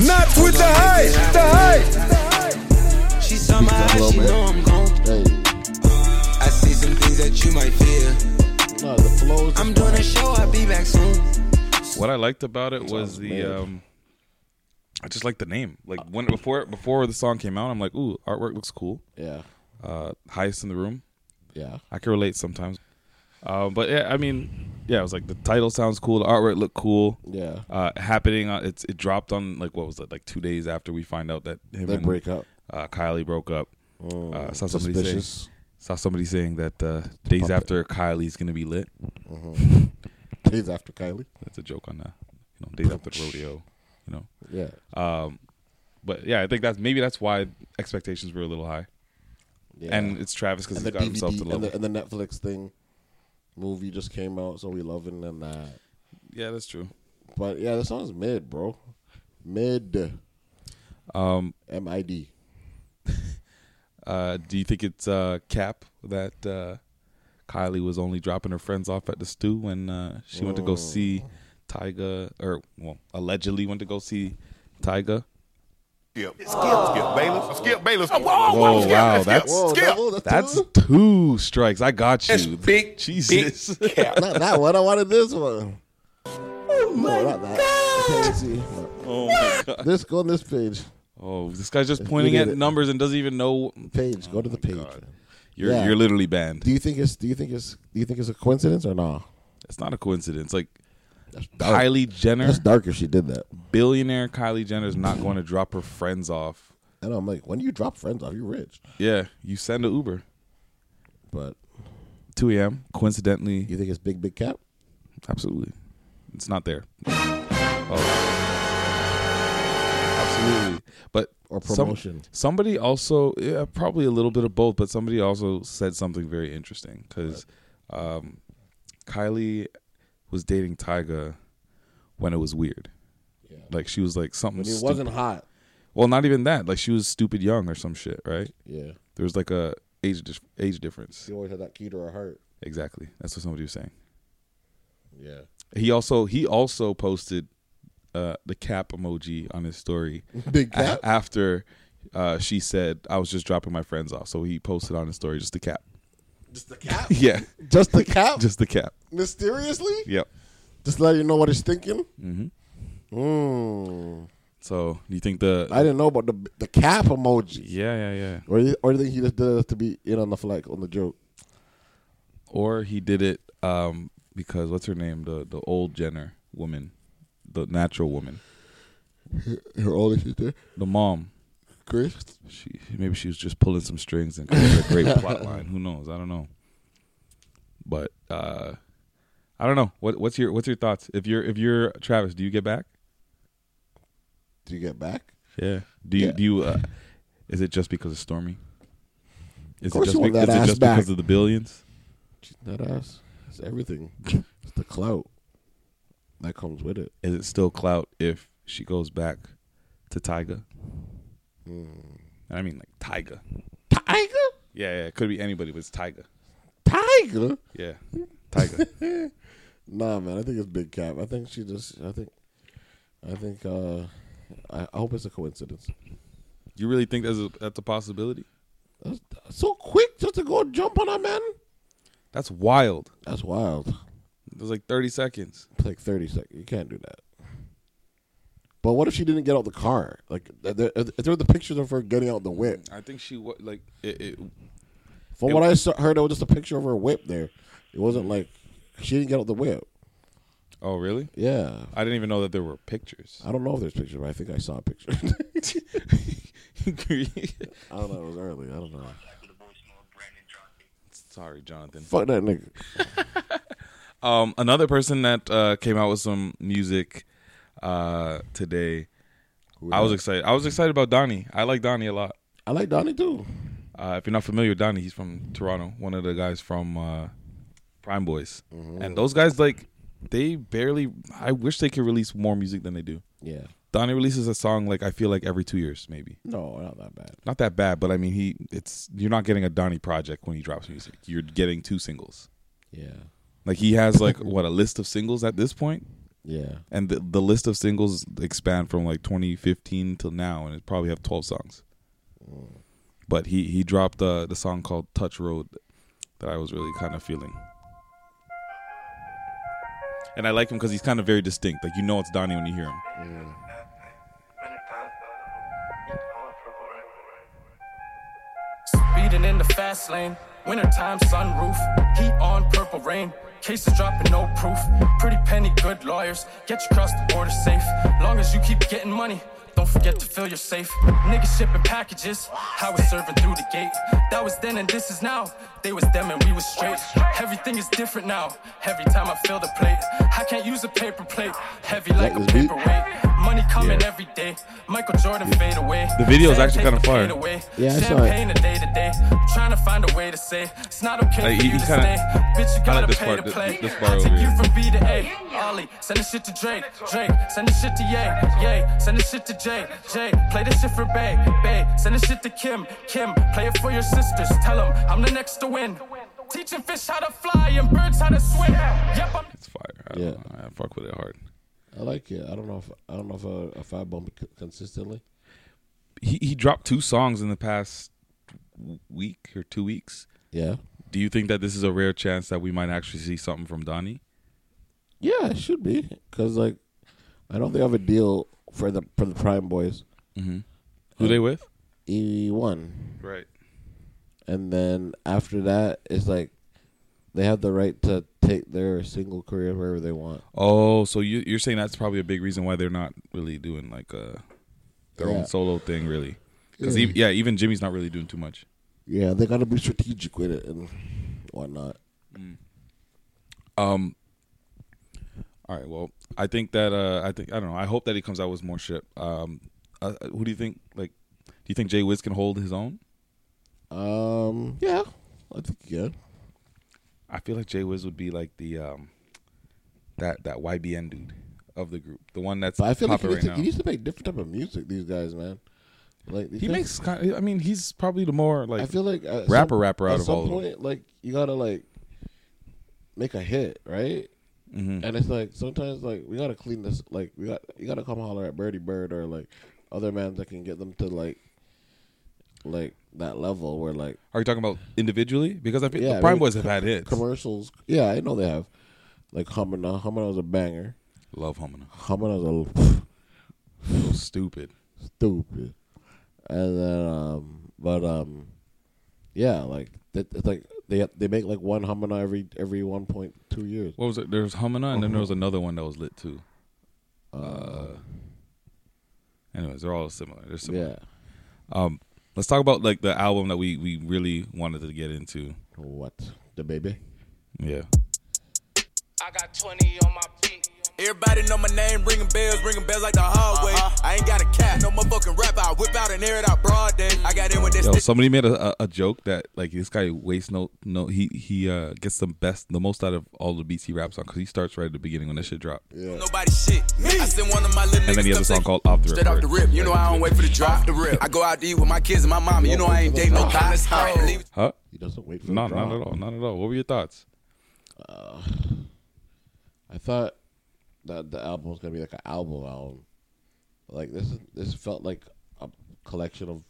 Speaker 7: Not with the hype, the hype.
Speaker 2: A little bit. Hey,
Speaker 6: I see some things that you might fear.
Speaker 2: no, the flow's
Speaker 6: I'm doing a show, I'll be back soon.
Speaker 4: What I liked about it was
Speaker 2: Sounds
Speaker 4: the
Speaker 2: big.
Speaker 4: um I just liked the name. Like when before before the song came out, I'm like, ooh, artwork looks cool.
Speaker 2: yeah,
Speaker 4: Uh highest in the room.
Speaker 2: yeah.
Speaker 4: I can relate sometimes. Uh, but yeah, I mean, yeah, it was like the title sounds cool, the artwork looked cool.
Speaker 2: Yeah.
Speaker 4: Uh, happening on it's it dropped on like what was it like two days after we find out that him
Speaker 2: They
Speaker 4: and
Speaker 2: break up.
Speaker 4: Uh, Kylie broke up. uh, saw somebody
Speaker 2: Suspicious.
Speaker 4: saying saw somebody saying that uh, days
Speaker 2: Puppet.
Speaker 4: after Kylie's gonna be lit.
Speaker 2: Days after Kylie.
Speaker 4: That's a joke on that. You know, days after the rodeo. You know,
Speaker 2: Yeah.
Speaker 4: but yeah, I think that's maybe that's why expectations were a little high.
Speaker 2: yeah.
Speaker 4: And it's Travis because
Speaker 2: And
Speaker 4: he
Speaker 2: the
Speaker 4: got himself to
Speaker 2: DVD
Speaker 4: level.
Speaker 2: and the, and the Netflix thing movie just came out, so we loving and that.
Speaker 4: yeah, that's true.
Speaker 2: But yeah, the song's mid, bro. Mid. Um. M I D.
Speaker 4: Uh, do you think it's uh, cap that uh, Kylie was only dropping her friends off at the stew when uh, she went to go see Tyga, or well, allegedly went to go see Tyga?
Speaker 3: Skip, skip, skip, Bayless, skip, Bayless. Whoa,
Speaker 6: Oh,
Speaker 4: Whoa, wow, that's
Speaker 2: Whoa,
Speaker 3: Skip.
Speaker 2: that, oh, that's,
Speaker 4: that's
Speaker 2: two?
Speaker 4: two strikes. I got you.
Speaker 6: That's big,
Speaker 4: Jesus.
Speaker 6: big cap.
Speaker 2: not that one. I wanted this one. No, not that. crazy.
Speaker 4: Oh my god.
Speaker 2: Let's go on this page.
Speaker 4: Oh, this guy's just pointing
Speaker 2: did
Speaker 4: at
Speaker 2: it.
Speaker 4: numbers and doesn't even know
Speaker 2: Page. Go to the
Speaker 4: Oh
Speaker 2: page. man.
Speaker 4: you're
Speaker 2: Yeah.
Speaker 4: you're literally banned.
Speaker 2: Do you think it's? Do you think it's? Do you think it's a coincidence or no?
Speaker 4: It's not a coincidence. Like
Speaker 2: dark.
Speaker 4: Kylie Jenner,
Speaker 2: That's dark if she did that.
Speaker 4: billionaire Kylie Jenner is not going to drop her friends off.
Speaker 2: And I'm like, when do you drop friends off? You're rich.
Speaker 4: Yeah, you send an Uber.
Speaker 2: But
Speaker 4: 2 a.m. Coincidentally,
Speaker 2: you think it's big, big cap?
Speaker 4: Absolutely. It's not there. Oh. Absolutely. But
Speaker 2: Or
Speaker 4: some-
Speaker 2: promotion.
Speaker 4: somebody also yeah, probably a little bit of both, but somebody also said something very interesting cuz um, Kylie was dating Tyga when it was weird. Like she was like something
Speaker 2: When it
Speaker 4: stupid.
Speaker 2: wasn't hot.
Speaker 4: well, not even that. Like she was stupid young or some shit, right?
Speaker 2: Yeah.
Speaker 4: There was like a age dif- age difference.
Speaker 2: She always had that key to her heart.
Speaker 4: Exactly. That's what somebody was saying.
Speaker 2: Yeah.
Speaker 4: He also he also posted uh, the cap emoji on his story
Speaker 2: Big
Speaker 4: a-
Speaker 2: cap?
Speaker 4: after uh, she said I was just dropping my friends off. So he posted on his story just the cap.
Speaker 2: Just the cap?
Speaker 4: Yeah,
Speaker 2: Just the cap?
Speaker 4: just the cap.
Speaker 2: Mysteriously?
Speaker 4: Yep.
Speaker 2: Just let you know what it's thinking? Mm-hmm. Mm.
Speaker 4: So you think the
Speaker 2: I didn't know about the the cap emoji.
Speaker 4: yeah yeah yeah
Speaker 2: Or, you- or do you think he just did it to be in on the flag, on the joke?
Speaker 4: or he did it um, because what's her name the the old Jenner woman the natural woman
Speaker 2: Her older sister,
Speaker 4: the mom
Speaker 2: Chris?
Speaker 4: she maybe she was just pulling some strings and created a great plot line. Who knows? I don't know. But uh I don't know. What what's your what's your thoughts? If you're if you're Travis, do you get back?
Speaker 2: Did you get back?
Speaker 4: Yeah. Do you
Speaker 2: Yeah.
Speaker 4: do you uh is it just because of Stormy? Is
Speaker 2: course
Speaker 4: it
Speaker 2: you
Speaker 4: just,
Speaker 2: want that
Speaker 4: is it
Speaker 2: ass
Speaker 4: just
Speaker 2: back.
Speaker 4: because of the billions?
Speaker 2: That ass. It's everything. it's the clout that comes with it.
Speaker 4: Is it still clout if she goes back to Tyga?
Speaker 2: Hmm.
Speaker 4: And I mean like Tyga.
Speaker 2: Tiger?
Speaker 4: Yeah, yeah, it could be anybody, but it's Tyga.
Speaker 2: Tiger?
Speaker 4: Yeah. Tyga.
Speaker 2: Nah, man. I think it's big cap. I think she just. I think. I think. uh I, I hope it's a coincidence.
Speaker 4: you really think that's a, that's a possibility?
Speaker 2: That's, so quick just to go jump on a man.
Speaker 4: That's wild.
Speaker 2: That's wild.
Speaker 4: It was like 30 seconds.
Speaker 2: It's like thirty seconds. You can't do that. But what if she didn't get out the car? Like, if there, if there were the pictures of her getting out the whip.
Speaker 4: I think she was like it, it.
Speaker 2: From what I saw, heard, it was just a picture of her whip there. It wasn't like she didn't get out the whip.
Speaker 4: Oh, really?
Speaker 2: Yeah,
Speaker 4: I didn't even know that there were pictures.
Speaker 2: I don't know if there's pictures, but I think I saw a picture. I don't know. It was early. I don't know.
Speaker 4: Sorry, Jonathan.
Speaker 2: Fuck that nigga.
Speaker 4: Um, another person that uh, came out with some music uh, today. I was excited. I was excited about Donnie. I like Donnie a lot.
Speaker 2: I like Donnie too.
Speaker 4: Uh, if you're not familiar with Donnie, he's from Toronto. One of the guys from uh, Prime Boys, and those guys like they barely. I wish they could release more music than they do.
Speaker 2: Yeah.
Speaker 4: Donnie releases a song like I feel like every two years, maybe.
Speaker 2: No, not that bad.
Speaker 4: not that bad, but I mean, he it's you're not getting a Donnie project when he drops music. You're getting two singles.
Speaker 2: Yeah.
Speaker 4: Like he has like what a list of singles at this point,
Speaker 2: Yeah.
Speaker 4: and the, the list of singles expand from like 2015 till now, and it probably have 12 songs. But he he dropped uh, the song called Touch Road that I was really kind of feeling. And I like him because he's kind of very distinct. Like you know it's Donnie when you hear him.
Speaker 9: Speeding in the fast lane. Wintertime sunroof. Heat on purple rain. Cases dropping, no proof. Pretty penny, good lawyers. Get you across the border safe. Long as you keep getting money. Don't forget to fill your safe. Niggas shipping packages. How we serving through the gate. That was then and this is now. They was them and we was straight. Everything is different now. Every time I fill the plate, I can't use a paper plate. Heavy like a
Speaker 2: this beat?
Speaker 9: paperweight. Money coming every day. Michael Jordan fade away.
Speaker 4: The video is actually kinda
Speaker 9: Sand takes the
Speaker 4: fire.
Speaker 9: pain away.
Speaker 2: Yeah, I saw it.
Speaker 9: Champagne a day to day. I'm trying to find a way to say it's not okay
Speaker 4: Like,
Speaker 9: for
Speaker 4: he-
Speaker 9: you
Speaker 4: he
Speaker 9: to
Speaker 4: kinda-
Speaker 9: stay. Bitch, you gotta
Speaker 4: this
Speaker 9: pay
Speaker 4: part,
Speaker 9: to
Speaker 4: th-
Speaker 9: play.
Speaker 4: this part
Speaker 9: I
Speaker 4: over
Speaker 9: take you
Speaker 4: here.
Speaker 9: from B to A. Ollie, send this shit to Drake. Drake, send this shit to Ye. Ye, send this shit to Jay. Jay, play this shit for Bay. Bay, send this shit to Kim. Kim, play it for your sisters. Tell them I'm the next to win. Teaching fish how to fly and birds how to swim. Yep, I'm.
Speaker 4: It's fire. I, don't
Speaker 2: Yeah.
Speaker 4: know. I fuck with it hard.
Speaker 2: I like it. I don't know if I don't know if I, if I bump it co- consistently.
Speaker 4: he, he dropped two songs in the past week or two weeks.
Speaker 2: Yeah.
Speaker 4: Do you think that this is a rare chance that we might actually see something from Donnie?
Speaker 2: Yeah, it should be because like I don't think I have a deal for the for the Prime Boys.
Speaker 4: Who they with?
Speaker 2: E one.
Speaker 4: Right.
Speaker 2: and then after that, it's like they have the right to take their single career wherever they want.
Speaker 4: Oh, so you you're saying that's probably a big reason why they're not really doing like uh their
Speaker 2: Yeah.
Speaker 4: own solo thing really. Cuz yeah, even Jimmy's not really doing too much.
Speaker 2: Yeah, they gotta be strategic with it and whatnot.
Speaker 4: Um. All right. Well, I think that uh, I think I don't know. I hope that he comes out with more shit. Um, uh, who do you think? Like, do you think Jay Wiz can hold his own?
Speaker 2: Um, yeah, I think yeah.
Speaker 4: I feel like Jay Wiz would be like the um, that that YBN dude of the group, the one that's
Speaker 2: But I feel like he
Speaker 4: popping
Speaker 2: needs,
Speaker 4: right now.
Speaker 2: to, he needs to make different type of music. These guys, man, like these
Speaker 4: he
Speaker 2: guys-
Speaker 4: makes. Kind I mean, he's probably the more like.
Speaker 2: I feel like at
Speaker 4: rapper,
Speaker 2: some,
Speaker 4: rapper out
Speaker 2: at
Speaker 4: of
Speaker 2: some
Speaker 4: all of them.
Speaker 2: point, like you gotta like make a hit, right?
Speaker 4: Mm-hmm.
Speaker 2: And it's like sometimes like we gotta clean this. Like we got you gotta come holler at Birdie Bird or like other man that can get them to like like that level where like
Speaker 4: Are you talking about individually? Because I feel
Speaker 2: Yeah,
Speaker 4: the Prime
Speaker 2: I mean,
Speaker 4: Boys have had hits.
Speaker 2: commercials. Yeah, I know they have like Humana. Humana was a banger.
Speaker 4: Love Humana.
Speaker 2: Humana was a
Speaker 4: So stupid.
Speaker 2: stupid. And then, um, but um, yeah, like that, it's like they they make like one Humana every every one point two years.
Speaker 4: What was it? There was Humana, and then
Speaker 2: Uh-huh.
Speaker 4: there was another one that was lit too. Uh, anyways, they're all similar. They're similar.
Speaker 2: Yeah,
Speaker 4: Let's talk about like the album that we we really wanted to get into.
Speaker 2: what the baby?
Speaker 4: Yeah.
Speaker 9: I got 20 on my feet.
Speaker 6: Everybody know my name, ringing bells, ringing bells like the hallway. I ain't got a cat, no motherfucking rap. I whip out and air it out broad day. I got in with this
Speaker 4: Yo, somebody made a, a, a joke that like this guy wastes no no he he uh gets the best the most out of all the beats he raps on because he starts right at the beginning when that shit drop.
Speaker 6: Nobody shit. I send one of my little
Speaker 4: And then he
Speaker 6: niggas
Speaker 4: has a
Speaker 6: stuff
Speaker 4: song
Speaker 6: that-
Speaker 4: called Off the Rip
Speaker 6: Straight off the
Speaker 4: where it
Speaker 6: rip. You know I don't wait for the drop. the rip. I go out to eat with my kids and my mama. You know I ain't dating no college. I ain't leaving.
Speaker 4: Huh?
Speaker 2: He doesn't wait for
Speaker 4: No,
Speaker 2: the
Speaker 4: not
Speaker 2: drop.
Speaker 4: at all. Not at all. What were your thoughts?
Speaker 2: I thought that the album was gonna be like an album album. Like this, is- this felt like a collection of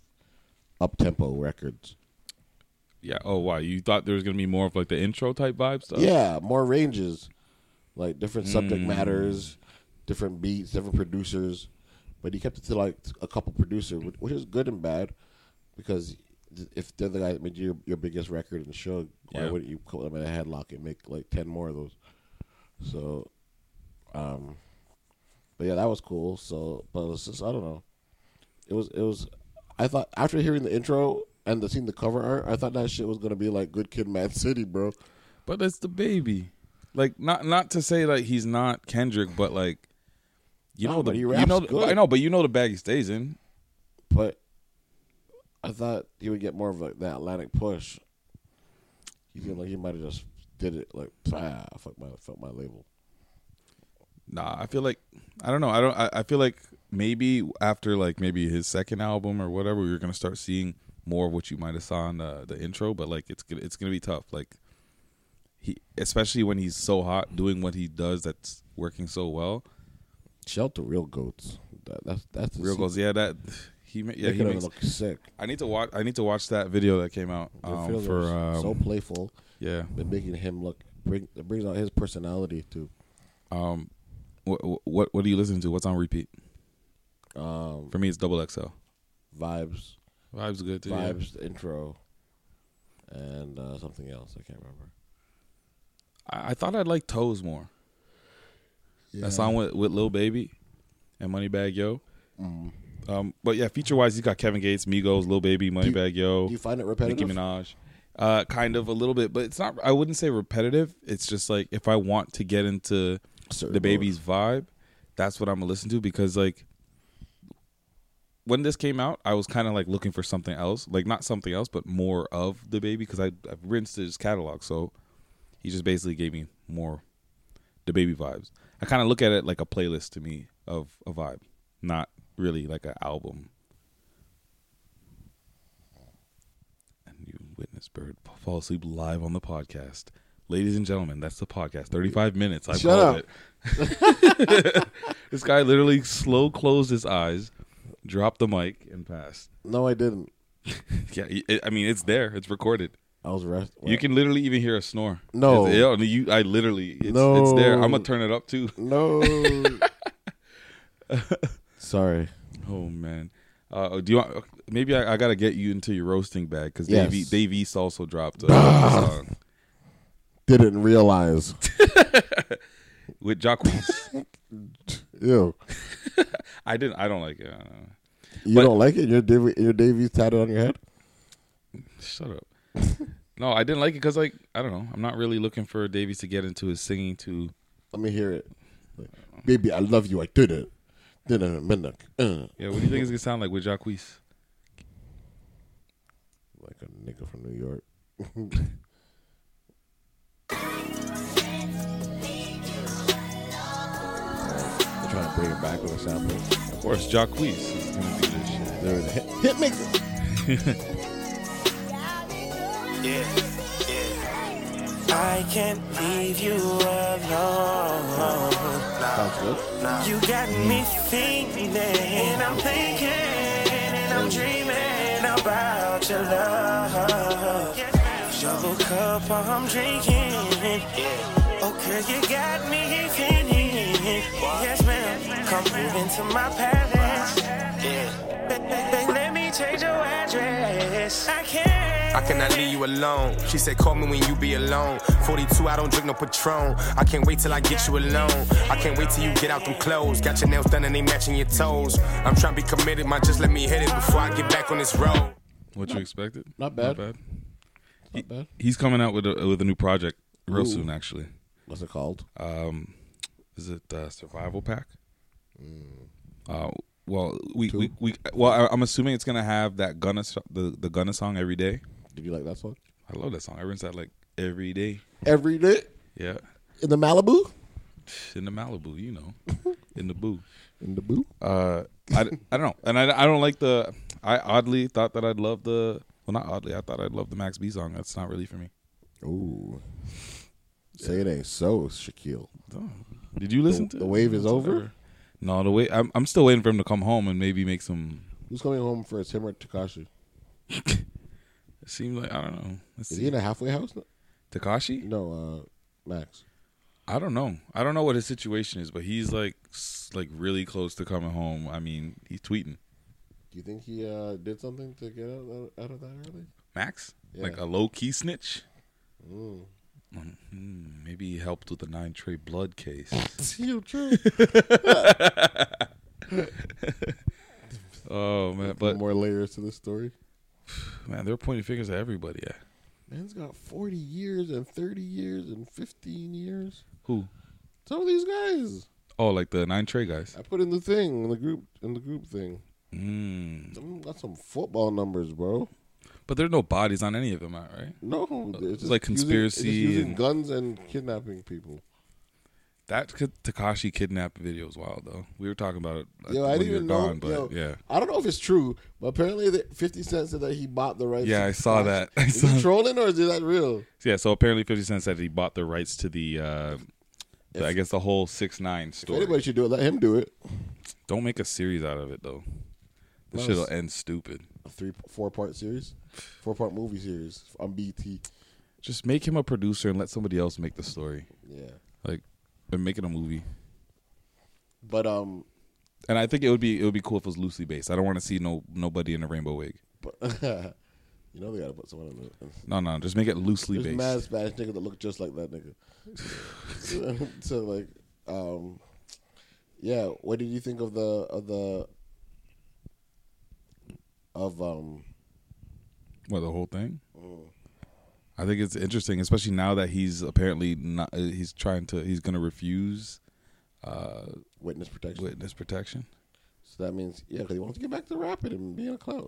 Speaker 2: up tempo records.
Speaker 4: Yeah. Oh wow. You thought there was gonna be more of like the intro type vibe stuff. Mm.
Speaker 2: Yeah, more ranges, like different subject matters, different beats, different producers. But he kept it to like a couple producers, which which is good and bad, because if they're the guy that made your your biggest record and show, why
Speaker 4: Yeah.
Speaker 2: wouldn't you put them in a headlock and make like ten more of those? So, um, but yeah, that was cool. So, but it was just I don't know. It was it was. I thought after hearing the intro and the seeing the cover art, I thought that shit was gonna be like Good Kid, Mad City, bro.
Speaker 4: But it's the baby. Like not not to say like he's not Kendrick, but like you
Speaker 2: No,
Speaker 4: know
Speaker 2: but
Speaker 4: the
Speaker 2: he
Speaker 4: you
Speaker 2: raps
Speaker 4: know the-
Speaker 2: good.
Speaker 4: I know, but you know the bag he stays in.
Speaker 2: but I thought he would get more of like the Atlantic push. He
Speaker 4: Mm.
Speaker 2: seemed like he might have just did it like ah fuck my fuck my label.
Speaker 4: Nah, I feel like I don't know. I don't. I, I feel like maybe after like maybe his second album or whatever, you're gonna start seeing more of what you might have saw in the, the intro. But like it's gonna it's gonna be tough. Like he, especially when he's so hot, doing what he does that's working so well.
Speaker 2: Shelter real goats. That, that's that's the
Speaker 4: Real
Speaker 2: secret.
Speaker 4: goes, yeah. That he ma- yeah
Speaker 2: They
Speaker 4: he
Speaker 2: could have
Speaker 4: makes.
Speaker 2: looked sick.
Speaker 4: I need to watch. I need to watch that video that came out
Speaker 2: Their
Speaker 4: um,
Speaker 2: feelings
Speaker 4: for
Speaker 2: are
Speaker 4: um,
Speaker 2: so playful,
Speaker 4: yeah.
Speaker 2: but making him look bring it brings out his personality too.
Speaker 4: Um, what what what do you listen to? What's on repeat?
Speaker 2: Um,
Speaker 4: For me, it's Double XL.
Speaker 2: vibes,
Speaker 4: Vibes good too. yeah.
Speaker 2: vibes the intro, and uh, something else I can't remember.
Speaker 4: I, I thought I'd like Toes more. That song with with Lil Baby and Moneybag Yo.
Speaker 2: Mm-hmm.
Speaker 4: Um, but yeah, feature wise, he's got Kevin Gates, Migos, Lil Baby, Moneybag Yo,
Speaker 2: Do you find it
Speaker 4: Nicki
Speaker 2: repetitive?
Speaker 4: Minaj. Uh, kind of a little bit, but it's not. I wouldn't say repetitive. It's just like if I want to get into
Speaker 2: Certain
Speaker 4: the
Speaker 2: mode.
Speaker 4: baby's vibe, that's what I'm gonna listen to because like when this came out, I was kind of like looking for something else, like not something else, but more of the baby because I I've rinsed his catalog, so he just basically gave me more the baby vibes. I kind of look at it like a playlist to me of a vibe, not really like an album. And you witnessed Bird fall asleep live on the podcast. Ladies and gentlemen, that's the podcast. 35 minutes. I
Speaker 2: Shut
Speaker 4: called
Speaker 2: up.
Speaker 4: it. this guy literally slow closed his eyes, dropped the mic, and passed.
Speaker 2: No, I didn't.
Speaker 4: Yeah, it, I mean, it's there. It's recorded.
Speaker 2: I was rest.
Speaker 4: You can literally even hear a snore.
Speaker 2: No.
Speaker 4: It's- yeah, you, I literally, it's,
Speaker 2: No.
Speaker 4: it's there. I'm gonna turn it up too.
Speaker 2: no. Sorry.
Speaker 4: Oh man. Uh, oh, do you want? Maybe I, I gotta get you into your roasting bag because
Speaker 2: Yes.
Speaker 4: Dave, E- Dave East also dropped a song
Speaker 2: Didn't realize.
Speaker 4: with Jacquees.
Speaker 2: Ew.
Speaker 4: I didn't. I don't like it. Uh, I don't know.
Speaker 2: You don't like it? Your Dav- your Davies tatted on your head?
Speaker 4: Shut up. no, I didn't like it because like I don't know. I'm not really looking for Davies to get into his singing to.
Speaker 2: Let me hear it. Like, Baby, I love you. I did it. Did it. Minnock. Uh.
Speaker 4: Yeah, what do you think it's gonna sound like with Jacquees?
Speaker 2: Like a nigga from New York. I'm trying to bring it back with a sample.
Speaker 4: Of course, Jacquees is gonna do this shit.
Speaker 2: There it is. Hit, hit mix.
Speaker 3: I can't leave you alone.
Speaker 2: Sounds good.
Speaker 3: You got me thinking, and I'm thinking, and I'm dreaming about your love. Double cup, I'm drinking. Oh, girl, you got me thinking. Yes, ma'am. Come move into my palace. Ba- ba- ba- Let me change your address. I can't.
Speaker 6: I cannot leave you alone. She said, call me when you be alone. 42, I don't drink no Patron. I can't wait till I get you alone. I can't wait till you get out them clothes. Got your nails done and they matching your toes. I'm trying to be committed, my just let me hit it before I get back on this road.
Speaker 4: What you expected?
Speaker 2: not
Speaker 4: Not
Speaker 2: bad.
Speaker 4: bad.
Speaker 2: Not bad.
Speaker 4: He's coming out with a with a new project real
Speaker 2: Ooh.
Speaker 4: soon. Actually,
Speaker 2: What's it called?
Speaker 4: um, is it uh,
Speaker 2: Mm.
Speaker 4: Survival Pack? Uh, well, we, we we well, I, I'm assuming it's gonna have that Gunna so- the the Gunna song every day.
Speaker 2: Did you like that song?
Speaker 4: I love that song. Everyone's that like every day.
Speaker 2: Every day
Speaker 4: Yeah,
Speaker 2: in the Malibu.
Speaker 4: in the Malibu, you know, in the boo.
Speaker 2: In the boo.
Speaker 4: Uh, I, I don't know, and I, I don't like the. I oddly thought that I'd love the. Well, not oddly. I thought I'd love the Max B song. That's not really for me.
Speaker 2: Ooh. Say it ain't so, Shaquille.
Speaker 4: Did you listen
Speaker 2: Oh. The-
Speaker 4: to
Speaker 2: the wave is
Speaker 4: It's
Speaker 2: over?
Speaker 4: No, the wave. I'm, I'm still waiting for him to come home and maybe make some.
Speaker 2: Who's coming home first, him or Takashi?
Speaker 4: It seems like I don't know. Let's
Speaker 2: Is he
Speaker 4: see.
Speaker 2: in a halfway house?
Speaker 4: Takashi?
Speaker 2: No, uh, Max.
Speaker 4: I don't know. I don't know what his situation is, but he's like s- like really close to coming home. I mean, he's tweeting.
Speaker 2: Do you think he uh, did something to get out, out of that early?
Speaker 4: Max,
Speaker 2: Yeah.
Speaker 4: like a low key snitch. Mm, maybe he helped with the nine tray blood case.
Speaker 2: You true.
Speaker 4: oh man, but
Speaker 2: More layers to this story.
Speaker 4: man, they're pointing fingers at everybody. eh? Yeah.
Speaker 2: Man's got 40 years and 30 years and 15 years.
Speaker 4: Who?
Speaker 2: Some of these guys.
Speaker 4: Oh, like the nine tray guys.
Speaker 2: I put in the thing in the group in the group thing.
Speaker 4: Mm.
Speaker 2: Some got some football numbers, bro.
Speaker 4: But there's no bodies on any of them, out right?
Speaker 2: No, it's
Speaker 4: like
Speaker 2: using-
Speaker 4: conspiracy
Speaker 2: it's just using
Speaker 4: and-
Speaker 2: guns and kidnapping people.
Speaker 4: That could- Takashi kidnap video is wild though. We were talking about it. like,
Speaker 2: Yo, I
Speaker 4: when
Speaker 2: didn't
Speaker 4: you were
Speaker 2: even know.
Speaker 4: gone, but
Speaker 2: yo,
Speaker 4: yeah,
Speaker 2: I don't know if it's true, but apparently that Fifty Cent said that he bought the rights.
Speaker 4: Yeah,
Speaker 2: to
Speaker 4: I saw
Speaker 2: Tekashi.
Speaker 4: that. I
Speaker 2: Is
Speaker 4: saw-
Speaker 2: he trolling or is that real?
Speaker 4: yeah. So apparently, Fifty Cent said he bought the rights to the, uh, the I guess the whole six nine
Speaker 2: If
Speaker 4: story.
Speaker 2: anybody should do it. Let him do it.
Speaker 4: Don't make a series out of it though. This
Speaker 2: Nice.
Speaker 4: shit'll end stupid.
Speaker 2: A three, four part series, four part movie series on BT.
Speaker 4: Just make him a producer and let somebody else make the story.
Speaker 2: Yeah,
Speaker 4: Like, and make it a movie.
Speaker 2: but um,
Speaker 4: And I think it would be it would be cool if it was loosely based. I don't want to see no nobody in a rainbow wig.
Speaker 2: but you know they gotta put someone in it.
Speaker 4: No, no, just make it loosely
Speaker 2: There's
Speaker 4: based.
Speaker 2: mad Spanish nigga that look just like that nigga. so like, um, yeah. What did you think of the of the of um?
Speaker 4: What the whole thing?
Speaker 2: Oh.
Speaker 4: I think it's interesting, especially now that he's apparently not. uh, He's trying to. He's going to refuse
Speaker 2: witness protection.
Speaker 4: witness protection.
Speaker 2: So that means yeah, because he wants to get back to rapping and being a clown.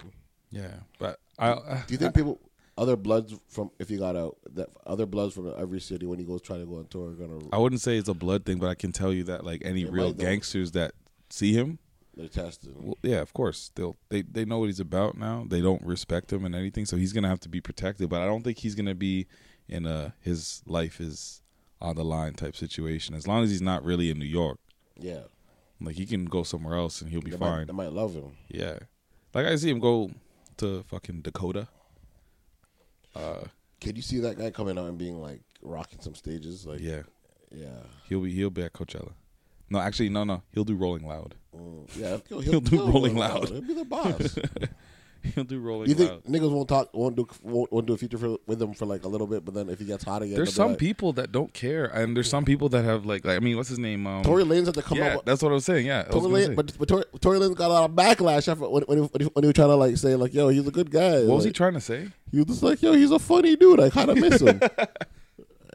Speaker 4: Yeah, but I. uh, I
Speaker 2: Do you think people, other bloods from if you got out that other bloods from every city when he goes trying to go on tour are gonna
Speaker 4: I wouldn't say it's a blood thing, but I can tell you that like any
Speaker 2: It
Speaker 4: real
Speaker 2: might, though.
Speaker 4: gangsters that see him,
Speaker 2: they're testing.
Speaker 4: well, yeah, of course they'll they they know what he's about now. They don't respect him and anything, so he's going to have to be protected. But I don't think he's going to be in a his life is on the line type situation. As long as he's not really in New York,
Speaker 2: Yeah,
Speaker 4: like he can go somewhere else and he'll be
Speaker 2: they
Speaker 4: fine.
Speaker 2: might, they might love him.
Speaker 4: Yeah. Like I see him go to fucking Dakota.
Speaker 2: Can you see that guy coming out and being like rocking some stages? Like
Speaker 4: Yeah.
Speaker 2: yeah.
Speaker 4: He'll be he'll be at Coachella. No, actually, no, no. He'll do Rolling Loud.
Speaker 2: Mm, Yeah, he'll,
Speaker 4: He'll do Rolling Loud.
Speaker 2: He'll be the boss.
Speaker 4: He'll do Rolling
Speaker 2: you think
Speaker 4: Loud.
Speaker 2: niggas won't talk, won't do, won't, won't do a feature for, with him for like a little bit, but then if he gets hot again,
Speaker 4: There's
Speaker 2: they'll
Speaker 4: some
Speaker 2: be like,
Speaker 4: people that don't care, and there's some people that have like, like I mean, what's his name? Um,
Speaker 2: Tory Lanez had to come
Speaker 4: Yeah,
Speaker 2: out.
Speaker 4: that's what I was saying. Yeah, I was
Speaker 2: Tory
Speaker 4: gonna
Speaker 2: Lanez-
Speaker 4: say.
Speaker 2: but but Tory, Tory Lanez got a lot of backlash after when, when, he, when, he, when he was trying to like say like, yo, he's a good guy.
Speaker 4: what was he
Speaker 2: like,
Speaker 4: trying to say?
Speaker 2: he was just like, yo, he's a funny dude. I kind of miss him.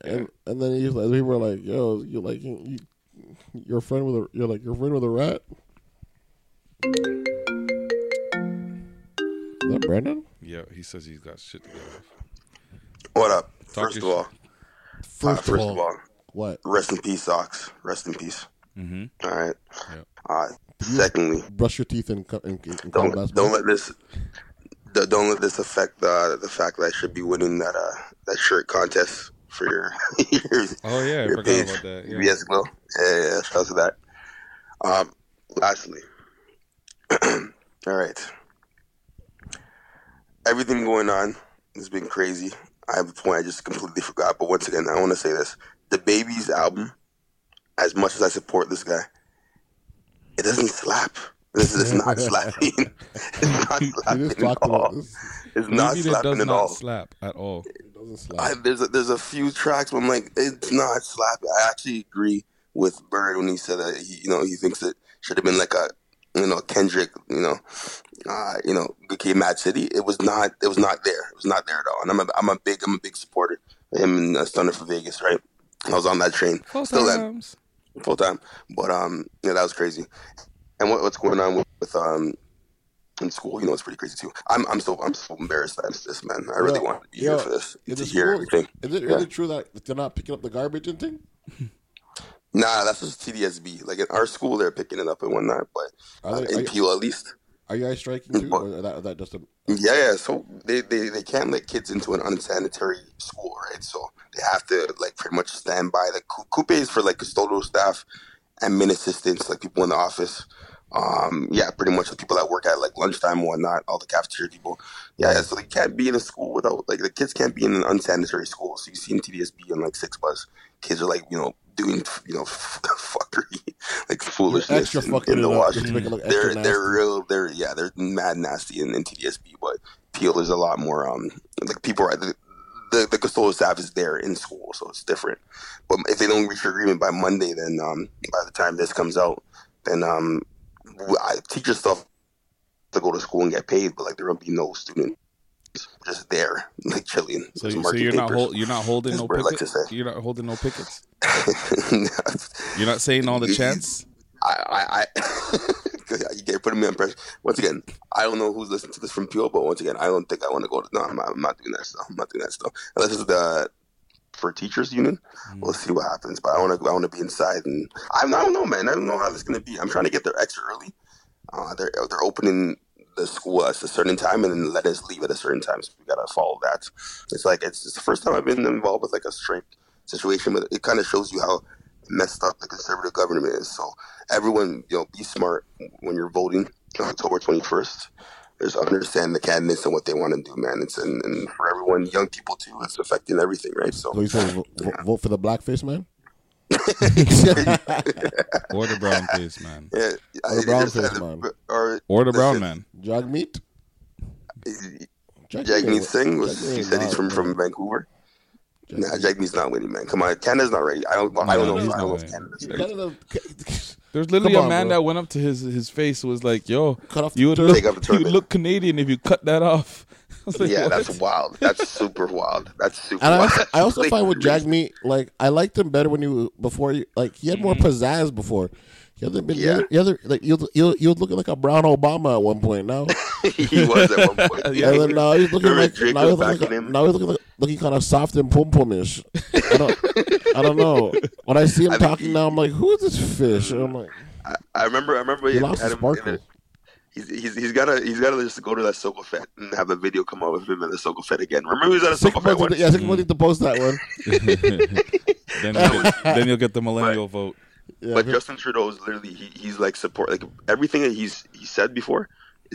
Speaker 2: and and then he was like, people were like, yo, you like you, your friend with a you're like your friend with a rat. Is that Brandon?
Speaker 4: Yeah, he says he's got shit to get off.
Speaker 10: What up?
Speaker 4: Talk
Speaker 10: first of
Speaker 4: your
Speaker 10: all, uh, first of all,
Speaker 2: what?
Speaker 10: rest in peace, Ox. Rest in peace.
Speaker 4: Mhm.
Speaker 10: All right.
Speaker 4: Yeah.
Speaker 10: Uh, secondly,
Speaker 2: Brush your teeth and, co- and, and
Speaker 10: don't
Speaker 2: combat
Speaker 10: don't
Speaker 2: sports.
Speaker 10: let this d- don't let this affect the the fact that I should be winning that uh that shirt contest for your your,
Speaker 4: Oh yeah, I
Speaker 10: your
Speaker 4: forgot
Speaker 10: page.
Speaker 4: about that. Yeah.
Speaker 10: Yes, Glow. Yeah, yeah, yeah. Shout out to that. Um, lastly, all right. Everything going on has been crazy. I have a point I just completely forgot, but once again, I want to say this: the baby's album. As much as I support this guy, it doesn't slap. This is it's not slapping. it's not
Speaker 2: You just
Speaker 10: slapping at
Speaker 2: talked about
Speaker 10: all.
Speaker 2: this.
Speaker 10: It's not
Speaker 4: Maybe that does
Speaker 10: slapping at
Speaker 4: not
Speaker 10: all.
Speaker 4: slap at all.
Speaker 2: It doesn't slap.
Speaker 10: I, there's a, there's a few tracks where I'm like, it's not slapping. I actually agree with Bird when he said that he, you know he thinks it should have been like a you know Kendrick you know uh, you know Good Kid, Mad City. It was not it was not there. It was not there at all. And I'm a, I'm a big I'm a big supporter of him and uh, Stunner for Vegas. Right, I was on that train. Still am
Speaker 4: times.
Speaker 10: full time. But um, yeah, that was crazy. And what, what's going on with, with um in school? You know, it's pretty crazy too. I'm I'm so I'm so embarrassed that it's this man. I really
Speaker 2: Yo,
Speaker 10: wanted to be
Speaker 2: yo,
Speaker 10: here for this
Speaker 2: is
Speaker 10: to
Speaker 2: it
Speaker 10: hear
Speaker 2: cool-
Speaker 10: everything.
Speaker 2: Is it really true that they're not picking up the garbage and thing?
Speaker 10: Nah, that's just TDSB. Like in our school, they're picking it up and whatnot. But
Speaker 2: Are
Speaker 10: uh,
Speaker 2: they- are
Speaker 10: in
Speaker 2: you-
Speaker 10: Peel, at least,
Speaker 2: Are you guys striking too? Or is that, is that just a,
Speaker 10: yeah, yeah. So they, they they can't let kids into an unsanitary school, right? So they have to like pretty much stand by. The cou- coupe is for like custodial staff, admin assistants, like people in the office. Um, yeah, pretty much the people that work at like lunchtime and whatnot, all the cafeteria people. Yeah, yeah, so they can't be in a school without like the kids can't be in an unsanitary school. So you see in TDSB and like six bus, kids are like you know doing you know fuckery, like foolishness
Speaker 2: extra
Speaker 10: in-
Speaker 2: fucking
Speaker 10: in the
Speaker 2: it up
Speaker 10: wash.
Speaker 2: just to make it look
Speaker 10: They're
Speaker 2: extra nasty?
Speaker 10: they're real. They're yeah, they're mad nasty in, in TDSB, but Peel is a lot more um like people are the the, the custodial staff is there in school, so it's different. But if they don't reach agreement by Monday, then um by the time this comes out, then um I, teachers stuff to go to school and get paid, but like there will be no student just there like chilling.
Speaker 4: So,
Speaker 10: Just
Speaker 4: you- so
Speaker 10: marking
Speaker 4: you're not
Speaker 10: papers.
Speaker 4: hol- you're not holding
Speaker 10: That's
Speaker 4: no
Speaker 10: what I like to
Speaker 4: pickets.
Speaker 10: say.
Speaker 4: You're not holding no pickets. You're not saying all the chants.
Speaker 10: I, I, I you get putting me on pressure. Once again, I don't know who's listening to this from Pure, but once again, I don't think I want to go to. No, I'm not, I'm not doing that stuff. I'm not doing that stuff. Unless it's the for teachers union, we'll see what happens. But I want to, I want to be inside, and I, I don't know, man. I don't know how this is gonna be. I'm trying to get there extra early. Uh, they're they're opening the school at a certain time, and then let us leave at a certain time. So we gotta follow that. It's like it's, it's the first time I've been involved with like a strict situation, but it kind of shows you how messed up the conservative government is. So everyone, you know, be smart when you're voting on October 21st. Just understand the candidates and what they want to do, man. It's and, and for everyone, young people too. It's affecting everything, right?
Speaker 2: so
Speaker 10: So
Speaker 2: you said vote, vote for the blackface man?
Speaker 4: Or the brown face man.
Speaker 10: yeah, I-
Speaker 2: Or the brown
Speaker 10: there's-
Speaker 2: face, man.
Speaker 10: or
Speaker 4: Or the
Speaker 10: that's
Speaker 4: brown
Speaker 10: it.
Speaker 4: man.
Speaker 2: Jog meat?
Speaker 10: Jagmeet Singh was
Speaker 2: Jagmeet
Speaker 10: he
Speaker 2: is
Speaker 10: said
Speaker 2: wild,
Speaker 10: he's from,
Speaker 2: man.
Speaker 10: from Vancouver.
Speaker 2: Jagmeet-
Speaker 10: Nah, Jagmeet's not winning, man. Come on, Canada's not ready. I don't, I
Speaker 4: No,
Speaker 10: don't know.
Speaker 4: he's
Speaker 10: I
Speaker 4: not
Speaker 10: don't know
Speaker 4: ready.
Speaker 10: if Canada's ready.
Speaker 2: Canada-
Speaker 4: There's literally
Speaker 2: Come on,
Speaker 4: a man
Speaker 2: bro.
Speaker 4: that went up to his his face was like, "Yo,
Speaker 2: Cut off the
Speaker 4: you would
Speaker 2: turban.
Speaker 4: look,
Speaker 10: Take off the
Speaker 4: you would
Speaker 10: turban.
Speaker 4: look Canadian if you cut that off." I was like,
Speaker 10: yeah,
Speaker 4: "What?"
Speaker 10: that's wild. That's super wild. That's super.
Speaker 2: And I
Speaker 10: wild.
Speaker 2: also, I also
Speaker 10: Like,
Speaker 2: find with Jagmeet, like I liked him better when he was before. He, like he had more pizzazz before. He hasn't been.
Speaker 10: Mm-hmm. Yeah.
Speaker 2: The other, like you, you, you look like a brown Obama at one point now.
Speaker 10: he was at one point.
Speaker 4: Yeah.
Speaker 2: And then now he's looking
Speaker 10: Remember
Speaker 2: like
Speaker 10: Drake
Speaker 2: now he's
Speaker 10: was
Speaker 2: looking, like,
Speaker 10: backing him?
Speaker 2: now he's looking, like, looking kind of soft and pum pumish. I don't, I don't know. When I see him
Speaker 10: I think
Speaker 2: talking
Speaker 10: he-
Speaker 2: now, I'm like, who is this fish? And I'm like,
Speaker 10: I, I remember. I remember.
Speaker 2: He lost his sparkle.
Speaker 10: He's, he's, he's gotta he's gotta just go to that Soko Fed and have a video come out with him at the Soko Fed again. Remember he was at a
Speaker 2: six
Speaker 10: Soko Fed
Speaker 2: months.
Speaker 10: once?
Speaker 2: Yeah, six months to post that one.
Speaker 4: then, you'll get, then you'll get the millennial vote.
Speaker 2: Yeah,
Speaker 10: but Justin Trudeau is literally he, he's like support like everything that he's he said before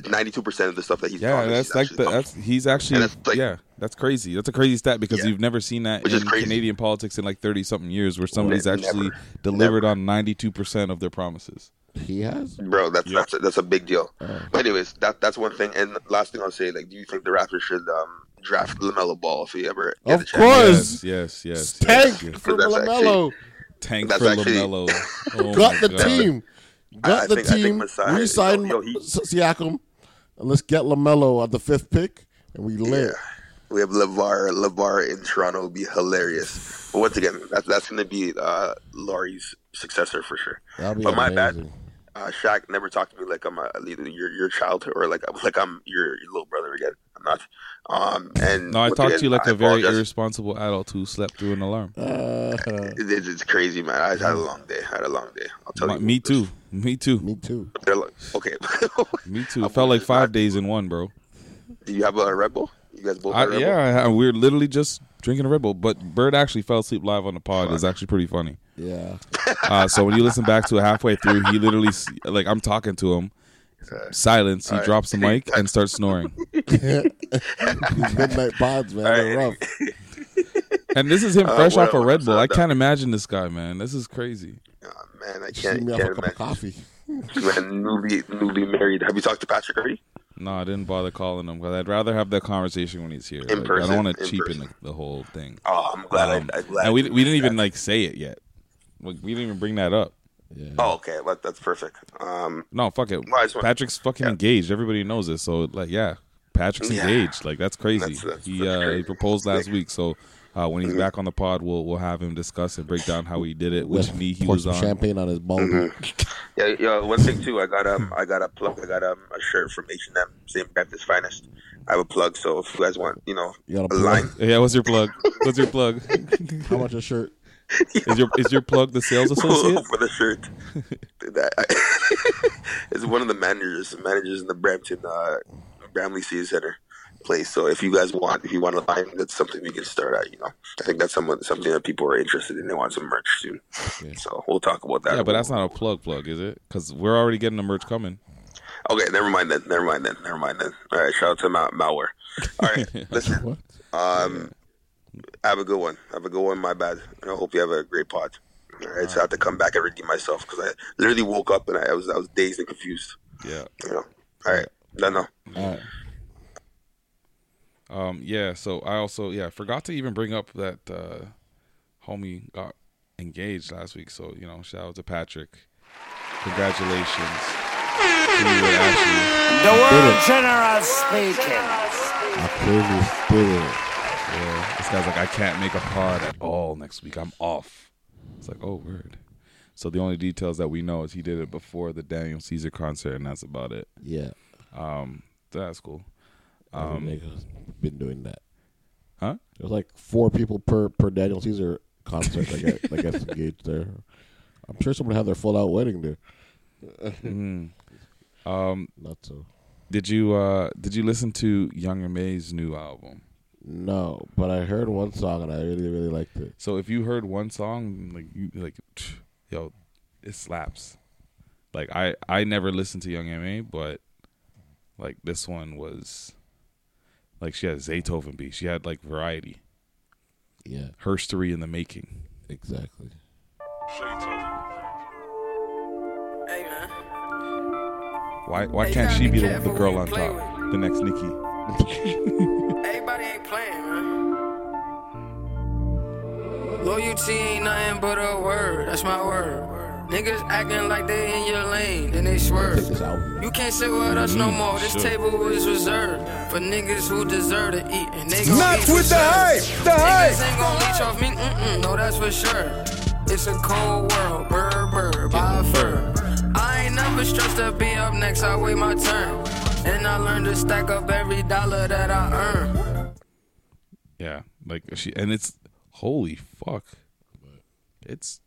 Speaker 10: Ninety-two percent of the stuff that he's
Speaker 4: Yeah,
Speaker 10: on is
Speaker 4: that's like the that's he's actually yeah that's crazy. That's a crazy stat because you've never seen that in Canadian politics in like thirty something years where somebody's
Speaker 10: Ne-
Speaker 4: actually
Speaker 10: never.
Speaker 4: delivered on ninety two percent of their promises.
Speaker 2: He has
Speaker 10: bro. That's that's, a, that's a big deal.
Speaker 4: Uh.
Speaker 10: But anyways, that that's one thing. And last thing I'll say, like, do you think the Raptors should um, draft Lamelo Ball if he ever?
Speaker 2: Of
Speaker 10: gets a chance?
Speaker 2: course.
Speaker 4: Yes, yes, yes.
Speaker 2: Tank
Speaker 4: yes.
Speaker 2: for
Speaker 10: That's actually-
Speaker 2: Lamelo.
Speaker 4: Tank
Speaker 10: That's
Speaker 4: for
Speaker 10: actually-
Speaker 4: Lamelo. Oh my
Speaker 2: Got the
Speaker 4: God.
Speaker 2: team.
Speaker 10: I
Speaker 2: Got the
Speaker 10: think- I think
Speaker 2: team.
Speaker 10: Masai-
Speaker 2: Resign
Speaker 10: yo, yo, he-
Speaker 2: S- Siakam, and let's get Lamelo at the fifth pick, and we lit.
Speaker 10: We have Lavar. Lavar in Toronto would be hilarious. But once again, that's that's going to be uh, Laurie's successor for sure.
Speaker 2: That'd be
Speaker 10: but my
Speaker 2: amazing.
Speaker 10: bad. Uh, Shaq never talked to me like I'm a, either your your child or like like I'm your, your little brother again. I'm not. Um, and
Speaker 4: No, I
Speaker 10: once
Speaker 4: talked to
Speaker 10: again,
Speaker 4: you like
Speaker 10: I
Speaker 4: a very
Speaker 10: apologize.
Speaker 4: irresponsible adult who slept through an alarm.
Speaker 10: It- it's, it's crazy, man. I had a long day. I had a long day. I'll tell
Speaker 4: My-
Speaker 10: you.
Speaker 4: me too. Me too.
Speaker 2: Me too.
Speaker 10: They're like, okay.
Speaker 4: Me too. It felt like five days in one, bro.
Speaker 10: Do you have a Red Bull? You guys both
Speaker 4: I,
Speaker 10: have Red
Speaker 4: yeah, I- I- we're literally just drinking a Red Bull. But Bird actually fell asleep live on the pod. It's actually pretty funny.
Speaker 2: Yeah.
Speaker 4: Uh, so when you listen back to it halfway through, he literally s- like I'm talking to him. Silence. He
Speaker 10: All right.
Speaker 4: drops the mic and starts snoring.
Speaker 2: These midnight pods, man, they're rough.
Speaker 4: And this is him
Speaker 10: Uh,
Speaker 4: fresh
Speaker 10: what
Speaker 4: off a
Speaker 10: else
Speaker 4: Red Bull.
Speaker 10: is
Speaker 4: I
Speaker 10: that?
Speaker 4: can't imagine this guy, man. This is crazy.
Speaker 10: Bull? Man, I
Speaker 2: Just leave
Speaker 10: can't,
Speaker 2: me off a
Speaker 10: can't
Speaker 2: cup of
Speaker 10: imagine.
Speaker 2: coffee.
Speaker 10: Man, newly newly married. Have you talked to Patrick already?
Speaker 4: No, I didn't bother calling him because I'd rather have that conversation when he's here.
Speaker 10: In
Speaker 4: Like, I
Speaker 10: person,
Speaker 4: don't want
Speaker 10: in
Speaker 4: to cheapen the,
Speaker 10: person.
Speaker 4: the whole thing.
Speaker 10: Oh, I'm glad.
Speaker 4: Um,
Speaker 10: I, I'm glad.
Speaker 4: and we we didn't even like say it yet. Like, we didn't even bring that up.
Speaker 10: Oh, okay. Well, that's perfect. Um,
Speaker 4: No, fuck it.
Speaker 10: Well, I just wanna-
Speaker 4: Patrick's fucking engaged. Everybody knows this. So like, yeah, Patrick's
Speaker 10: Yeah.
Speaker 4: engaged. Like that's crazy.
Speaker 10: That's- that's-
Speaker 4: he
Speaker 10: that's
Speaker 4: uh, he
Speaker 10: crazy. Mm-hmm.
Speaker 4: proposed last
Speaker 10: Sick.
Speaker 4: week. So uh, when he's back on the pod, we'll we'll have him discuss and break down how he did it,
Speaker 2: Let's
Speaker 4: which knee he
Speaker 2: pour
Speaker 4: was
Speaker 2: some
Speaker 4: on.
Speaker 2: champagne on his bone.
Speaker 10: Mm-hmm. yeah, yeah. One thing too. I got
Speaker 2: Hmm.
Speaker 10: um, I got a plug. I got um, a shirt from H and M, St. Baptist Finest. I have a plug. So if you guys want, you know,
Speaker 2: You got a
Speaker 10: a
Speaker 2: plug?
Speaker 10: line.
Speaker 4: Yeah, what's your plug? What's your plug?
Speaker 2: How much a shirt?
Speaker 4: is your is your plug the sales associate?
Speaker 10: for the shirt. that I, it's one of the managers, managers in the Brampton, uh, Bramley City Center place. So if you guys want, if you want a line, that's something we can start at. You know, I think that's someone something that people are interested in. They want some merch soon. So we'll talk about that.
Speaker 4: Yeah, but that's not a plug plug, is it? Because we're already getting the merch coming.
Speaker 10: Okay, never mind then. Never mind then. Never mind then. All right, shout out to Mal- malware. All right, listen. Um, have a good one. Have a good one. My bad. And I hope you have a great pod. All right, so I have to come back and redeem myself because I literally woke up and I, I was I was dazed and confused.
Speaker 4: Yeah.
Speaker 10: You know. All right. No, no.
Speaker 2: All right.
Speaker 4: Um, yeah, so I also yeah forgot to even bring up that uh, homie got engaged last week. So you know, shout out to Patrick. Congratulations. To you and Ashley.
Speaker 3: The world general speaking.
Speaker 2: I clearly did it.
Speaker 4: Yeah, this guy's like, I can't make a pod at all next week. I'm off. It's like, oh word. So the only details that we know is he did it before the Daniel Caesar concert, and that's about it.
Speaker 2: Yeah.
Speaker 4: That's cool.
Speaker 2: Um, niggas been doing that.
Speaker 4: Huh?
Speaker 2: It was like four people per per Daniel Caesar concert. I guess, I guess engaged there. I'm sure someone had their full out wedding there. Mm. um, not so.
Speaker 4: Did you uh did you listen to Young and May's new album?
Speaker 2: No, but I heard one song and I really really liked it.
Speaker 4: So if you heard one song, like you like, psh, yo, it slaps. Like I I never listened to Young Ma, but like this one was, like she had Zaytoven beat. She had like variety,
Speaker 2: Yeah,
Speaker 4: herstory in the making.
Speaker 2: exactly.
Speaker 4: Why why can't she be the, the girl on top? The next Nicki.
Speaker 11: Everybody ain't playing, man. Loyalty ain't nothing but a word. That's my word. Niggas acting like they in your lane, then they swerve.
Speaker 2: This album.
Speaker 11: You can't sit with us no
Speaker 4: Mm,
Speaker 11: more. This
Speaker 4: sure.
Speaker 11: table is reserved for niggas who deserve to eat, and they gon'
Speaker 7: Not
Speaker 11: eat
Speaker 7: with the
Speaker 11: reserved.
Speaker 7: hype, the hype.
Speaker 11: Niggas ain't gon' leech off me, mm-mm, no, that's for sure. It's a cold world, burr, burr, by fur. I ain't never stressed to be up next, I wait my turn. And I learned to stack up every dollar that I earn.
Speaker 4: Yeah, like she and it's holy fuck, it's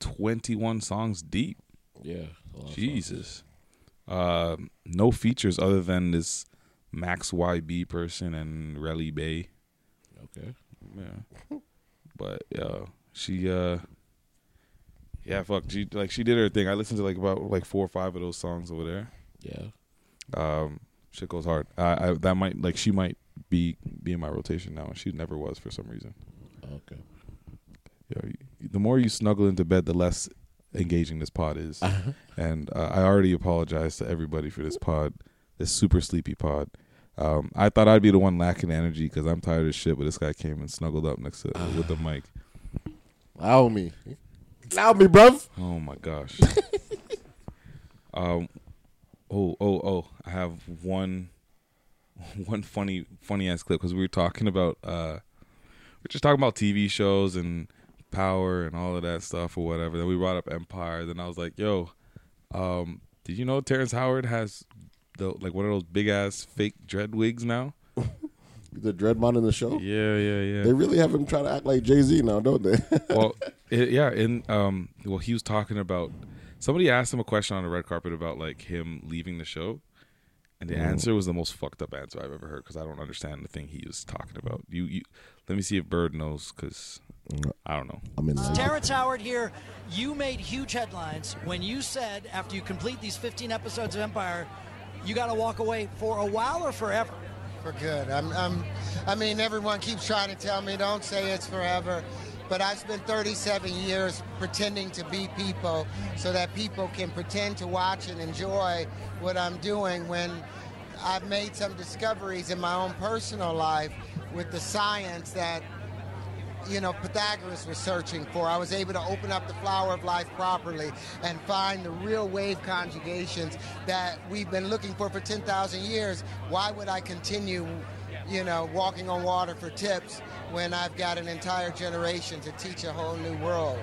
Speaker 4: twenty one songs deep.
Speaker 2: Yeah, a lot of
Speaker 4: Jesus. Uh, no features other than this Max YB person and Relly Bay.
Speaker 2: songs. Okay.
Speaker 4: Yeah. But uh, she uh yeah, fuck. She like she did her thing. I listened to like about like four or five of those songs over there.
Speaker 2: Yeah.
Speaker 4: Um, shit goes hard. I, I that might like she might be be in my rotation now, and she never was for some reason.
Speaker 2: Okay.
Speaker 4: Yo, y- the more you snuggle into bed, the less engaging this pod is. and uh, I already apologize to everybody for this pod, this super sleepy pod. Um, I thought I'd be the one lacking energy because I'm tired as shit, but this guy came and snuggled up next to with the mic.
Speaker 2: Allow me. Allow me, bruv.
Speaker 4: Oh my gosh. um, oh, oh, oh! I have one, one funny, funny ass clip because we were talking about, uh, we are just talking about TV shows and power and all of that stuff or whatever. Then we brought up Empire. Then I was like, "Yo, um, did you know Terrence Howard has the like one of those big ass fake dread wigs now?"
Speaker 2: The Dreadmon in the show.
Speaker 4: Yeah, yeah, yeah.
Speaker 2: They really have him trying to act like Jay Z now, don't they?
Speaker 4: well, it, yeah, and um, well, he was talking about somebody asked him a question on the red carpet about like him leaving the show, and the
Speaker 2: Mm.
Speaker 4: answer was the most fucked up answer I've ever heard because I don't understand the thing he was talking about. You, you, let me see if Bird knows because
Speaker 2: Mm.
Speaker 4: I don't know.
Speaker 2: I'm in
Speaker 12: Terrence Howard here. You made huge headlines when you said after you complete these 15 episodes of Empire, you got to walk away for a while or forever.
Speaker 13: for good. I'm, I'm, I mean, everyone keeps trying to tell me, don't say it's forever. But I've spent 37 years pretending to be people so that people can pretend to watch and enjoy what I'm doing when I've made some discoveries in my own personal life with the science that you know, Pythagoras was searching for. I was able to open up the flower of life properly and find the real wave conjugations that we've been looking for for 10,000 years. Why would I continue, you know, walking on water for tips when I've got an entire generation to teach a whole new world?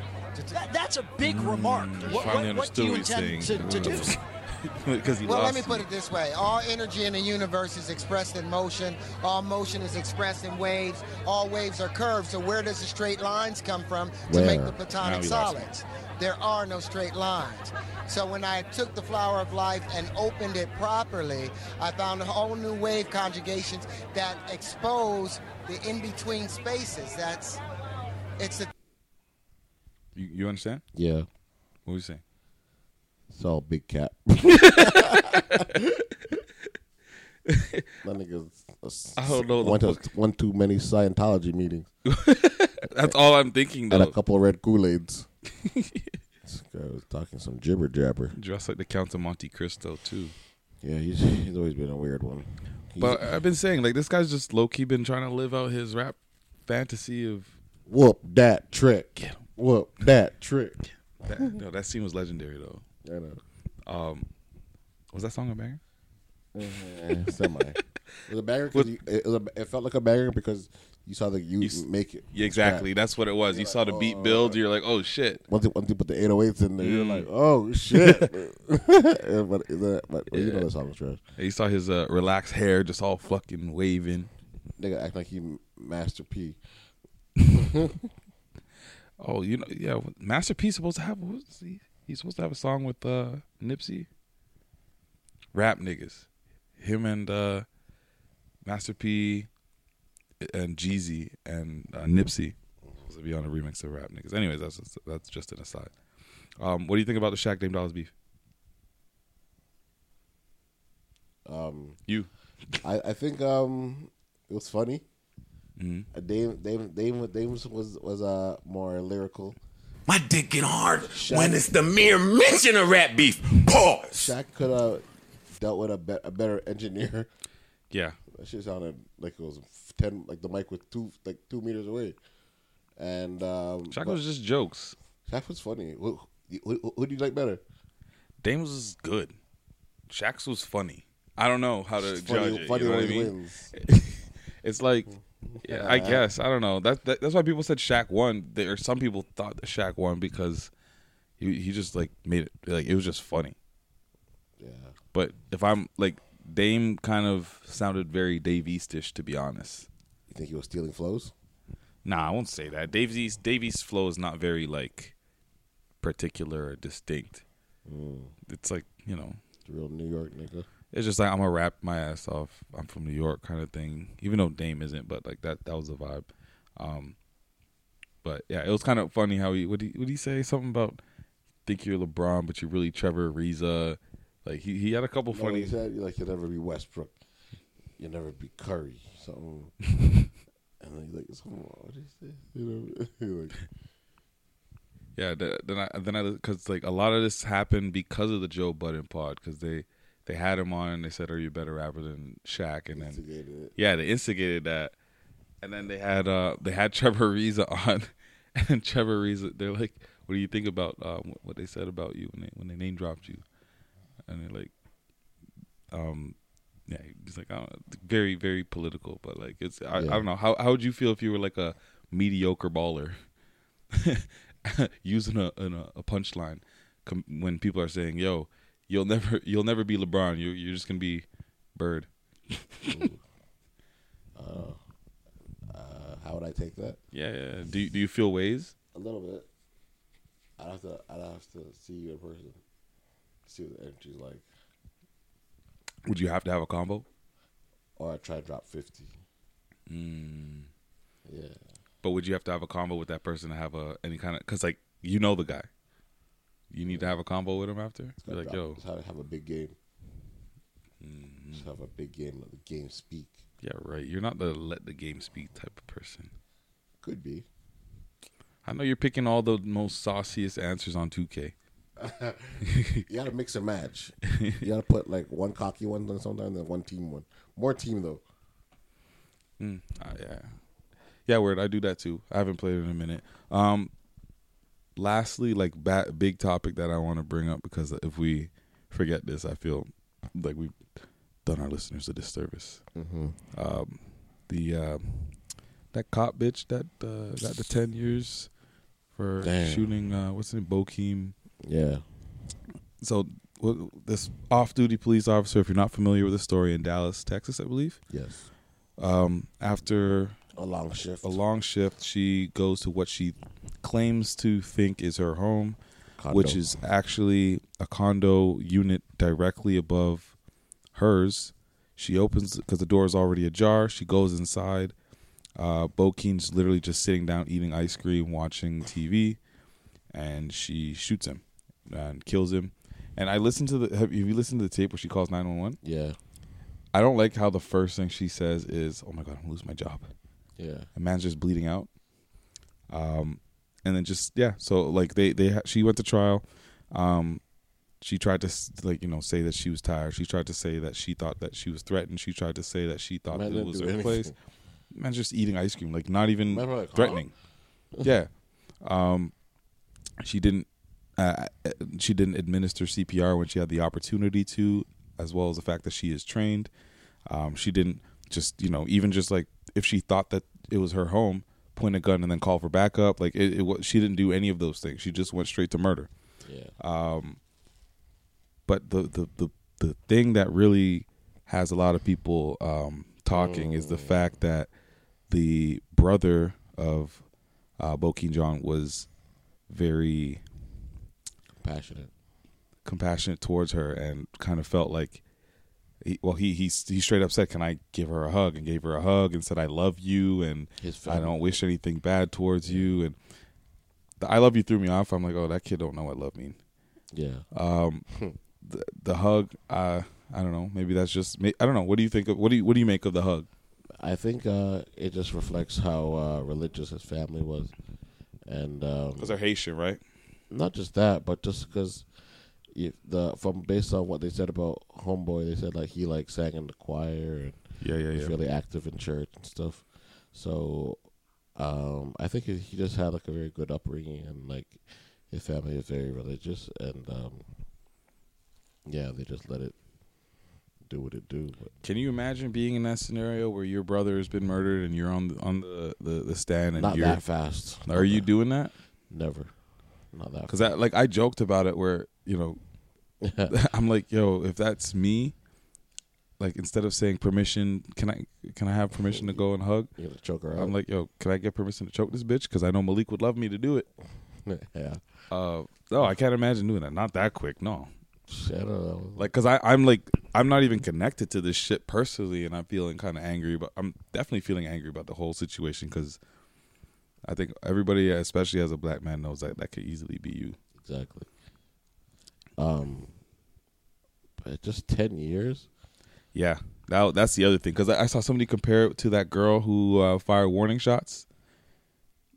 Speaker 12: That, that's a big
Speaker 13: Mm.
Speaker 12: remark. What,
Speaker 4: Finally
Speaker 12: what, what do
Speaker 4: understood
Speaker 12: you
Speaker 4: what he's
Speaker 12: intend to,
Speaker 4: saying
Speaker 12: to do?
Speaker 4: because he
Speaker 13: well,
Speaker 4: lost.
Speaker 13: let me put it this way: all energy in the universe is expressed in motion. All motion is expressed in waves. All waves are curved. So where does the straight lines come from to make
Speaker 2: Where?
Speaker 13: the
Speaker 2: Now
Speaker 13: platonic
Speaker 2: he lost me.
Speaker 13: solids? There are no straight lines. So when I took the flower of life and opened it properly, I found a whole new wave conjugations that expose the in-between spaces. That's it's the
Speaker 4: you, you understand?
Speaker 2: yeah.
Speaker 4: What were you saying?
Speaker 2: It's all big cap. that nigga's a s-
Speaker 4: I don't know the
Speaker 2: Went to one too many Scientology meetings.
Speaker 4: That's all I'm thinking
Speaker 2: And a
Speaker 4: though.
Speaker 2: couple of red Kool Aids. this guy was talking some jibber jabber.
Speaker 4: Dressed like the Count of Monte Cristo too.
Speaker 2: Yeah, he's he's always been a weird one. He's-
Speaker 4: But I've been saying like this guy's just low key been trying to live out his rap fantasy of
Speaker 2: whoop that trick. Whoop that trick.
Speaker 4: That, no, that scene was legendary though.
Speaker 2: I know.
Speaker 4: Um, was that song a banger?
Speaker 2: Eh, semi. It was a banger 'cause you- it, was a- it felt like a banger because you saw the you, make it.
Speaker 4: Yeah, exactly. That's what it was. You saw the beat build. You're like, oh shit.
Speaker 2: Once you, once you put the 808s in there, you're
Speaker 4: Mm.
Speaker 2: like, oh shit. Yeah, but is that, but well, you know that song was trash.
Speaker 4: You saw his uh, relaxed hair just all fucking waving.
Speaker 2: Nigga act like he Master P.
Speaker 4: Oh, you know, yeah. Master P supposed to have. What was he? He's supposed to have a song with uh, Nipsey. Rap niggas, him and uh, Master P, and Jeezy and uh, Nipsey supposed to be on a remix of Rap niggas. Anyways, that's just, that's just an aside. Um, what do you think about the Shaq Dame Dollars beef?
Speaker 2: Um,
Speaker 4: you.
Speaker 2: I, I think um, it was funny.
Speaker 4: Mhm.
Speaker 2: Uh, Dave, Dave, Dave, Dave was was, was uh, more lyrical.
Speaker 14: My dick get hard when it's the mere mention of rap beef. Pause.
Speaker 2: Shaq could have dealt with a, be- a better engineer.
Speaker 4: Yeah.
Speaker 2: That shit sounded like it was ten, like the mic was two, like two meters away. And um,
Speaker 4: Shaq
Speaker 2: but-
Speaker 4: was just jokes.
Speaker 2: Shaq was funny. Who, who, who, do you like better?
Speaker 4: Dame was good. Shaq's was funny. I don't know how to
Speaker 2: It's funny-
Speaker 4: judge it.
Speaker 2: funny
Speaker 4: you know what I
Speaker 2: when he
Speaker 4: mean?
Speaker 2: wins.
Speaker 4: it's like, yeah, I guess I don't know. That, that that's why people said Shaq won. There, or some people thought that Shaq won because he he just like made it like it was just funny.
Speaker 2: Yeah.
Speaker 4: But if I'm like Dame, kind of sounded very Dave Eastish to be honest.
Speaker 2: You think he was stealing flows?
Speaker 4: Nah, I won't say that. Dave East Dave East's flow is not very like particular or distinct.
Speaker 2: Mm.
Speaker 4: It's like you know,
Speaker 2: the real New York nigga.
Speaker 4: It's just like I'm gonna rap my ass off. I'm from New York, kind of thing. Even though Dame isn't, but like that that was the vibe. Um, but yeah, it was kind of funny how he would he would he say something about think you're LeBron, but you're really Trevor Ariza. Like he, he had a couple
Speaker 2: No,
Speaker 4: funny.
Speaker 2: he said, like you'll never be Westbrook, you'll never be Curry, something. and then he's like, it's- come on, what is this? You know, like,
Speaker 4: Yeah, th- then I then I because like a lot of this happened because of the Joe Budden pod because they they had him on and they said, "Are you a better rapper than Shaq?" And
Speaker 2: Instigated
Speaker 4: then
Speaker 2: it.
Speaker 4: yeah, they instigated that, and then they had uh they had Trevor Reza on, and Trevor Reza they're like, "What do you think about um what they said about you when they when they name dropped you?" And they're like, um. Yeah, he's like I don't very, very political, but like it's I,
Speaker 2: Yeah.
Speaker 4: I don't know how how would you feel if you were like a mediocre baller? using a an, a punchline com- when people are saying, "Yo, you'll never you'll never be LeBron. You you're just gonna be Bird."
Speaker 2: uh, how would I take that?
Speaker 4: yeah, yeah. Do you- do you feel ways?
Speaker 2: A little bit. I'd have to. I'd have to see you in person. See what the energy's like.
Speaker 4: Would you have to have a combo?
Speaker 2: Or I try to drop fifty.
Speaker 4: Mm.
Speaker 2: Yeah.
Speaker 4: But would you have to have a combo with that person to have a any kind of because like you know the guy, you need to have a combo with him after. Be like,
Speaker 2: drop,
Speaker 4: yo,
Speaker 2: Just have, have a big game.
Speaker 4: Mm-hmm.
Speaker 2: Just have a big game. Let the game speak.
Speaker 4: yeah, right. You're not the let the game speak type of person.
Speaker 2: Could be.
Speaker 4: I know you're picking all the most sauciest answers on 2K.
Speaker 2: you gotta mix and match. You gotta put like one cocky one on sometimes, then one team one. More team though.
Speaker 4: Mm, ah, yeah, yeah. Word. I do that too. I haven't played it in a minute. Um, lastly, like ba- big topic that I want to bring up because if we forget this, I feel like we've done our listeners a disservice.
Speaker 2: Mhm.
Speaker 4: Um, the uh, that cop bitch that uh, got the ten years for
Speaker 2: Damn.
Speaker 4: shooting. Uh, what's his name? Bokeem.
Speaker 2: Yeah.
Speaker 4: So wh- this off-duty police officer, if you're not familiar with the story in Dallas, Texas, I believe.
Speaker 2: Yes.
Speaker 4: Um, after
Speaker 2: a long shift,
Speaker 4: a long shift, she goes to what she claims to think is her home, which
Speaker 2: Condo.
Speaker 4: is actually a condo unit directly above hers. She opens because the door is already ajar. She goes inside. Uh, Bokeem's literally just sitting down, eating ice cream, watching TV, and she shoots him and kills him. And I listened to the. Have you listened to the tape where she calls nine one one?
Speaker 2: Yeah.
Speaker 4: I don't like how the first thing she says is, "Oh my god, I'm gonna lose my job."
Speaker 2: Yeah.
Speaker 4: a man's just bleeding out. Um, and then just yeah, so like they they ha- she went to trial. Um, she tried to s- like you know say that she was tired. She tried to say that she thought that she was threatened. She tried to say that she thought
Speaker 2: Man
Speaker 4: that it
Speaker 2: didn't
Speaker 4: was
Speaker 2: do
Speaker 4: her
Speaker 2: anything.
Speaker 4: place. Man's just eating ice cream, like not even
Speaker 2: Man probably like, huh?
Speaker 4: threatening. yeah, um, she didn't uh, uh, she didn't administer CPR when she had the opportunity to, as well as the fact that she is trained. Um, she didn't just you know even just like if she thought that it was her home, point a gun and then call for backup. Like it, it wa- she didn't do any of those things. She just went straight to murder.
Speaker 2: Yeah.
Speaker 4: Um, but the the the the thing that really has a lot of people um, talking is the fact that the brother of uh, Bokeem John was very
Speaker 2: compassionate,
Speaker 4: compassionate towards her, and kind of felt like, he, well, he he he straight up said, "Can I give her a hug?" and gave her a hug and said, "I love you," and I
Speaker 2: family.
Speaker 4: don't wish anything bad towards you, and the "I love you" threw me off. I'm like, "Oh, that kid don't know what love mean."
Speaker 2: Yeah.
Speaker 4: Um, the, the hug, uh, I don't know. Maybe that's just. may- I don't know. What do you think of? What do you What do you make of the hug?
Speaker 2: I think uh, it just reflects how uh, religious his family was, and
Speaker 4: Because
Speaker 2: um,
Speaker 4: they're Haitian, right?
Speaker 2: not just that, but just because the from based on what they said about homeboy, they said like he like sang in the choir and
Speaker 4: Yeah, yeah,
Speaker 2: was
Speaker 4: yeah.
Speaker 2: really active in church and stuff. So um, I think he, he just had like a very good upbringing and like his family is very religious and um, yeah, they just let it do what it do. But
Speaker 4: Can you imagine being in that scenario where your brother has been murdered and you're on the on the the, the stand and
Speaker 2: Not
Speaker 4: you're,
Speaker 2: that fast.
Speaker 4: Are you doing that?
Speaker 2: Never. Not that
Speaker 4: Because that like I joked about it where you know I'm like, yo, if that's me, like instead of saying permission, can I can I have permission to go and hug?
Speaker 2: You gotta choke her out.
Speaker 4: I'm like, yo, can I get permission to choke this bitch? Because I know Malik would love me to do it.
Speaker 2: yeah.
Speaker 4: Uh, no, I can't imagine doing that. Not that quick. No.
Speaker 2: I don't know.
Speaker 4: Like, cause I, I'm like, I'm not even connected to this shit personally, and I'm feeling kind of angry. But I'm definitely feeling angry about the whole situation because I think everybody, especially as a black man, knows that that could easily be you.
Speaker 2: Exactly. Um, man, just ten years.
Speaker 4: Yeah, that, that's the other thing because I, I saw somebody compare it to that girl who uh, fired warning shots.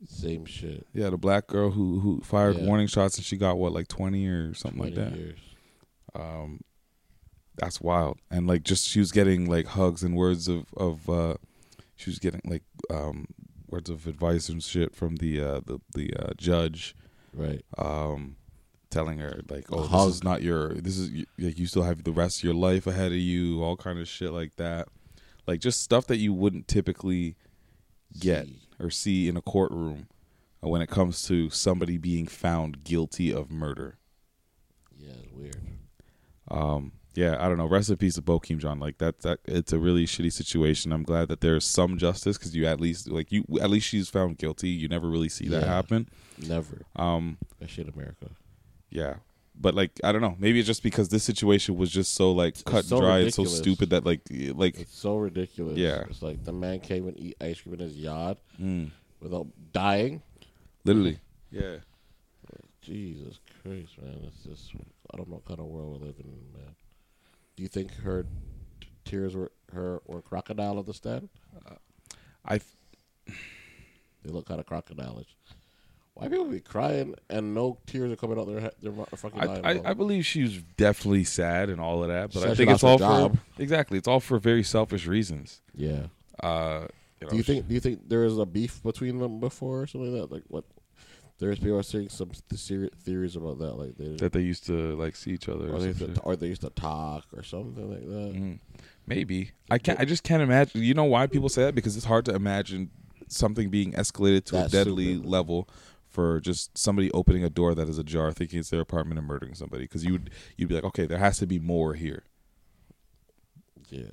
Speaker 2: Same shit.
Speaker 4: Yeah, the black girl who who fired
Speaker 2: Yeah.
Speaker 4: warning shots and she got what like twenty or something like
Speaker 2: 20
Speaker 4: that.
Speaker 2: years.
Speaker 4: Um, that's wild. And like, just she was getting like hugs and words of of uh, she was getting like um words of advice and shit from the uh the the uh, judge,
Speaker 2: right?
Speaker 4: Um, telling her like,
Speaker 2: A
Speaker 4: oh,
Speaker 2: hug.
Speaker 4: this is not your. This is y- like you still have the rest of your life ahead of you. All kind of shit like that, like just stuff that you wouldn't typically get or see in a courtroom uh, when it comes to somebody being found guilty of murder.
Speaker 2: Yeah, it's weird.
Speaker 4: Um, yeah, I don't know. Rest in peace to Bokeem John. Like that, that it's a really shitty situation. I'm glad that there's some justice because you at least like you at least she's found guilty. You never really see that
Speaker 2: Yeah.
Speaker 4: happen.
Speaker 2: Never.
Speaker 4: Um,
Speaker 2: That shit, America.
Speaker 4: yeah, but like I don't know. Maybe it's just because this situation was just so like cut
Speaker 2: so
Speaker 4: and dry and
Speaker 2: ridiculous.
Speaker 4: so stupid that like y- like
Speaker 2: It's so ridiculous.
Speaker 4: Yeah.
Speaker 2: it's like the man came and eat ice cream in his yard
Speaker 4: Mm.
Speaker 2: without dying.
Speaker 4: literally. Yeah.
Speaker 2: Jesus Christ, man! It's just I don't know what kind of world we're living in, man. Do you think her t- tears were her or crocodile of the stand?
Speaker 4: I.
Speaker 2: They look kind of crocodilish. Why people be crying and no tears are coming out their he- their mu- fucking eyes?
Speaker 4: I, I,
Speaker 2: bro?
Speaker 4: I believe she was definitely sad and all of that, but
Speaker 2: Sad
Speaker 4: I
Speaker 2: she
Speaker 4: think it's all
Speaker 2: lost her
Speaker 4: for
Speaker 2: job.
Speaker 4: exactly. It's all for very selfish reasons.
Speaker 2: Yeah.
Speaker 4: Uh, you know,
Speaker 2: do you think do you think there is a beef between them before or something like that? Like what? There's people are seeing some th- seri- theories about that, like they
Speaker 4: that they used to like see each other?
Speaker 2: or
Speaker 4: or
Speaker 2: they,
Speaker 4: some
Speaker 2: used
Speaker 4: shit? Mm-hmm.
Speaker 2: to, or they used to talk or something like that.
Speaker 4: Maybe I can't. I just can't imagine. You know why people say that? Because it's hard to imagine something being escalated to
Speaker 2: That's
Speaker 4: a deadly level for just somebody opening a door that is ajar, thinking it's their apartment and murdering somebody. Because you would you'd be like, okay, there has to be more here.
Speaker 2: Yeah.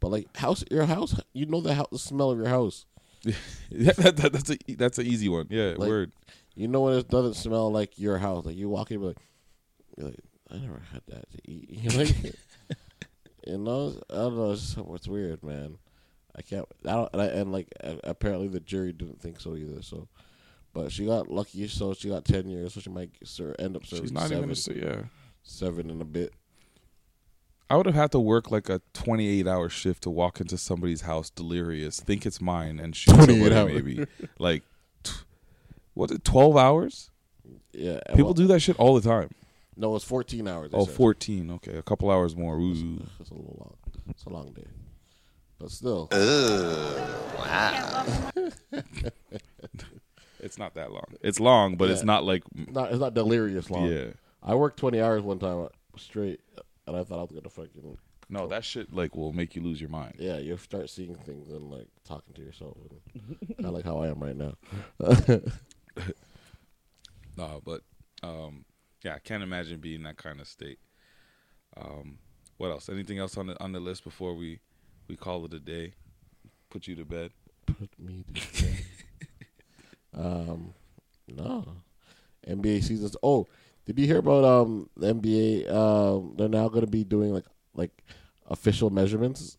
Speaker 2: But like house, your house, you know the house, the smell of your house.
Speaker 4: that, that- that's a that's an easy one. Yeah,
Speaker 2: Like,
Speaker 4: word.
Speaker 2: You know when it doesn't smell like your house. Like you walk in, you're like, you're like I never had that to eat. You know, like, you know I don't know. It's, just- it's weird, man. I can't. I don't. And, I, and like a- apparently the jury didn't think so either. So, but she got lucky. So she got ten years. So she might ser- end up serving.
Speaker 4: She's not even gonna
Speaker 2: seven,
Speaker 4: say- yeah.
Speaker 2: seven and a bit.
Speaker 4: I would have had to work like a twenty eight hour shift to walk into somebody's house delirious, think it's mine, and shoot
Speaker 2: 28
Speaker 4: somebody.
Speaker 2: hour.
Speaker 4: Maybe like t- what twelve hours?
Speaker 2: Yeah,
Speaker 4: people
Speaker 2: well-
Speaker 4: do that shit all the time.
Speaker 2: No, it's fourteen hours. they
Speaker 4: Oh,
Speaker 2: said.
Speaker 4: 14. Okay, a couple hours more. Ooh.
Speaker 2: It's a little long. It's a long day, but still.
Speaker 4: it's not that long. It's long, but it's
Speaker 2: Yeah.
Speaker 4: not like
Speaker 2: Not- it's not delirious long.
Speaker 4: Yeah.
Speaker 2: I worked twenty hours one time uh, straight, and I thought I was gonna fucking
Speaker 4: no. That shit like will make you lose your mind.
Speaker 2: yeah. You start seeing things and like talking to yourself, and kind of like how I am right now.
Speaker 4: No, but um, yeah, I can't imagine being in that kind of state. Um, what else? Anything else on the on the list before we we call it a day? Put you to bed.
Speaker 2: Put me to bed. um, no, NBA seasons. Oh, did you hear about um the NBA? Um, they're now gonna be doing like like official measurements.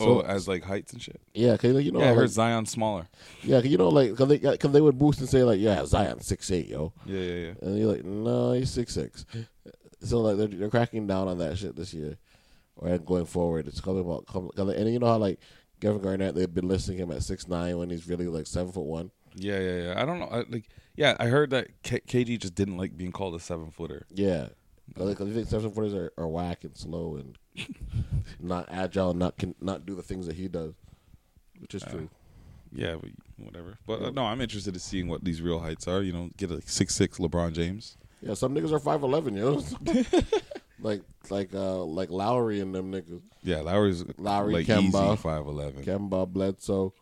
Speaker 4: oh, as like heights and shit.
Speaker 2: Yeah, 'cause, like, you know,
Speaker 4: yeah, I heard
Speaker 2: like-
Speaker 4: Zion smaller.
Speaker 2: Yeah, 'cause you know, like, cause they, cause they would boost and say like, yeah, Zion six eight, yo.
Speaker 4: Yeah, yeah, yeah.
Speaker 2: And you're like, no, he's six six. So like, they're, they're cracking down on that shit this year, or going forward. It's coming about, come, and you know how like Kevin Garnett, they've been listing him at six nine when he's really like seven foot one.
Speaker 4: Yeah, yeah, yeah. I don't know. I, like, yeah, I heard that K- KG just didn't like being called a seven footer.
Speaker 2: Yeah, because you think seven footers are, are whack and slow and not agile, and not can not do the things that he does, which is true.
Speaker 4: Yeah, but whatever. But uh, no, I'm interested in seeing what these real heights are. You know, get a six six LeBron James.
Speaker 2: Yeah, some niggas are five eleven, yo. like like uh like Lowry and them niggas.
Speaker 4: Yeah, Lowry's
Speaker 2: Lowry,
Speaker 4: like
Speaker 2: Kemba.
Speaker 4: easy five eleven.
Speaker 2: Kemba Bledsoe.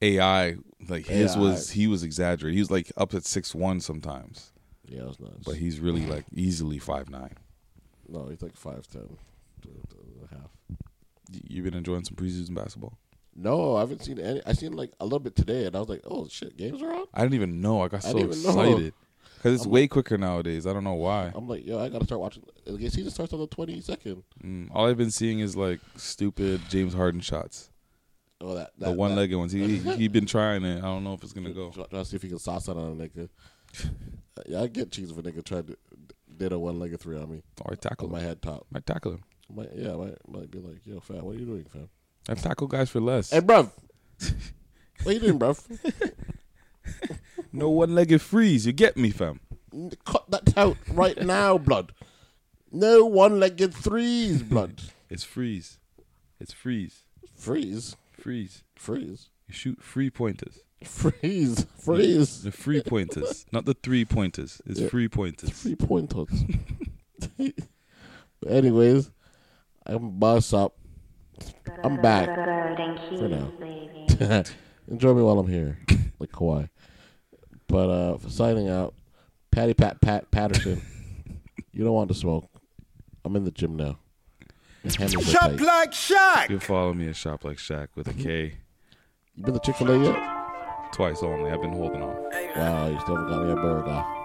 Speaker 4: AI like his
Speaker 2: AI.
Speaker 4: was he was exaggerated. He was like up at six one sometimes.
Speaker 2: Yeah, that's nuts.
Speaker 4: But he's really like easily five nine.
Speaker 2: No, he's like five ten, half.
Speaker 4: You've been enjoying some preseason basketball.
Speaker 2: No, I haven't seen any. I seen like a little bit today, and I was like, "Oh shit, games are on."
Speaker 4: I didn't even know. I got
Speaker 2: I
Speaker 4: so
Speaker 2: didn't even know.
Speaker 4: excited because it's
Speaker 2: I'm
Speaker 4: way quicker nowadays. I don't know why.
Speaker 2: I'm like, yo, I gotta start watching. The game season starts on the twenty second.
Speaker 4: Mm, all I've been seeing is like stupid James Harden shots.
Speaker 2: Oh, that,
Speaker 4: the
Speaker 2: that-
Speaker 4: one legged
Speaker 2: that-
Speaker 4: ones. He he he been trying it. I don't know if it's gonna go.
Speaker 2: Try, try to see if he can sauce that on a nigga. yeah, I get cheese if a nigga tried to did a one-legged three on me.
Speaker 4: Or tackle
Speaker 2: my head top.
Speaker 4: Might tackle him.
Speaker 2: Might, yeah, might might be like, yo, fat, what are you doing, fam?
Speaker 4: I've tackled guys for less.
Speaker 2: Hey, bruv. what you doing, bruv?
Speaker 4: No one legged freeze. You get me, fam.
Speaker 2: Cut that out right now, blood. No one-legged threes, blood.
Speaker 4: It's freeze. It's freeze.
Speaker 2: Freeze?
Speaker 4: Freeze.
Speaker 2: Freeze.
Speaker 4: You shoot free pointers.
Speaker 2: Freeze. Freeze.
Speaker 4: The free pointers, not the three pointers. It's
Speaker 2: Yeah.
Speaker 4: free pointers.
Speaker 2: Three pointers. but anyways, I'm boss up. I'm back for now. Enjoy me while I'm here, like Kawhi. But uh, for signing out, Patty Pat Pat Patterson. you don't want to smoke. I'm in the gym now. Your hand is
Speaker 7: Shop
Speaker 2: tight.
Speaker 7: like Shaq.
Speaker 4: You follow me at Shop Like Shaq with a K.
Speaker 2: You been to Chick Fil A yet?
Speaker 4: Twice only. I've been holding on.
Speaker 2: Wow, you still haven't got me a burger.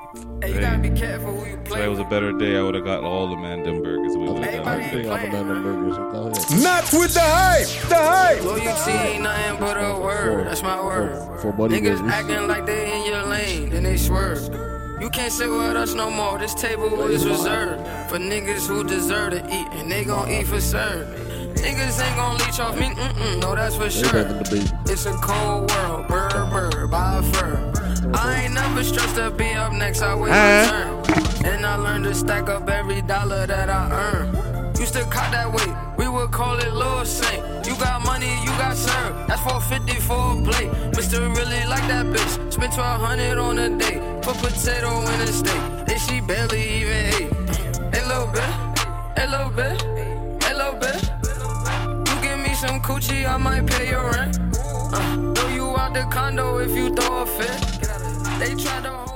Speaker 4: Hey, today was a better day. I would have got all the Mandem burgers. We would have done
Speaker 2: Bring out the
Speaker 4: everything.
Speaker 2: man and burgers.
Speaker 7: Not with the hype. The
Speaker 11: Loyalty ain't nothing but a word. That's my word.
Speaker 2: For, for buddy
Speaker 11: Niggas
Speaker 2: burgers.
Speaker 11: acting like they in your lane, then they swerve. You can't sit with us no more. This table is reserved for niggas who deserve to eat, and they gon' eat for serve. Niggas ain't gon' leech off me, mm-mm, no, that's for
Speaker 2: They
Speaker 11: sure.
Speaker 2: having the beat.
Speaker 11: It's a cold world, burr, burr, by fur. I ain't never stressed to be up next, I wait my turn. And I learned to stack up every dollar that I earn. Used to cop that weight, we would call it Lil Saint. You got money, you got served. That's 450 for a plate. Mister really like that bitch. Spent 1200 on a date. Put potato in a steak. And she barely even ate. Hey, little bit, hey, little bit, hey, little bit. You give me some coochie, I might pay your rent. Uh, throw you out the condo if you throw a fit. They try to hold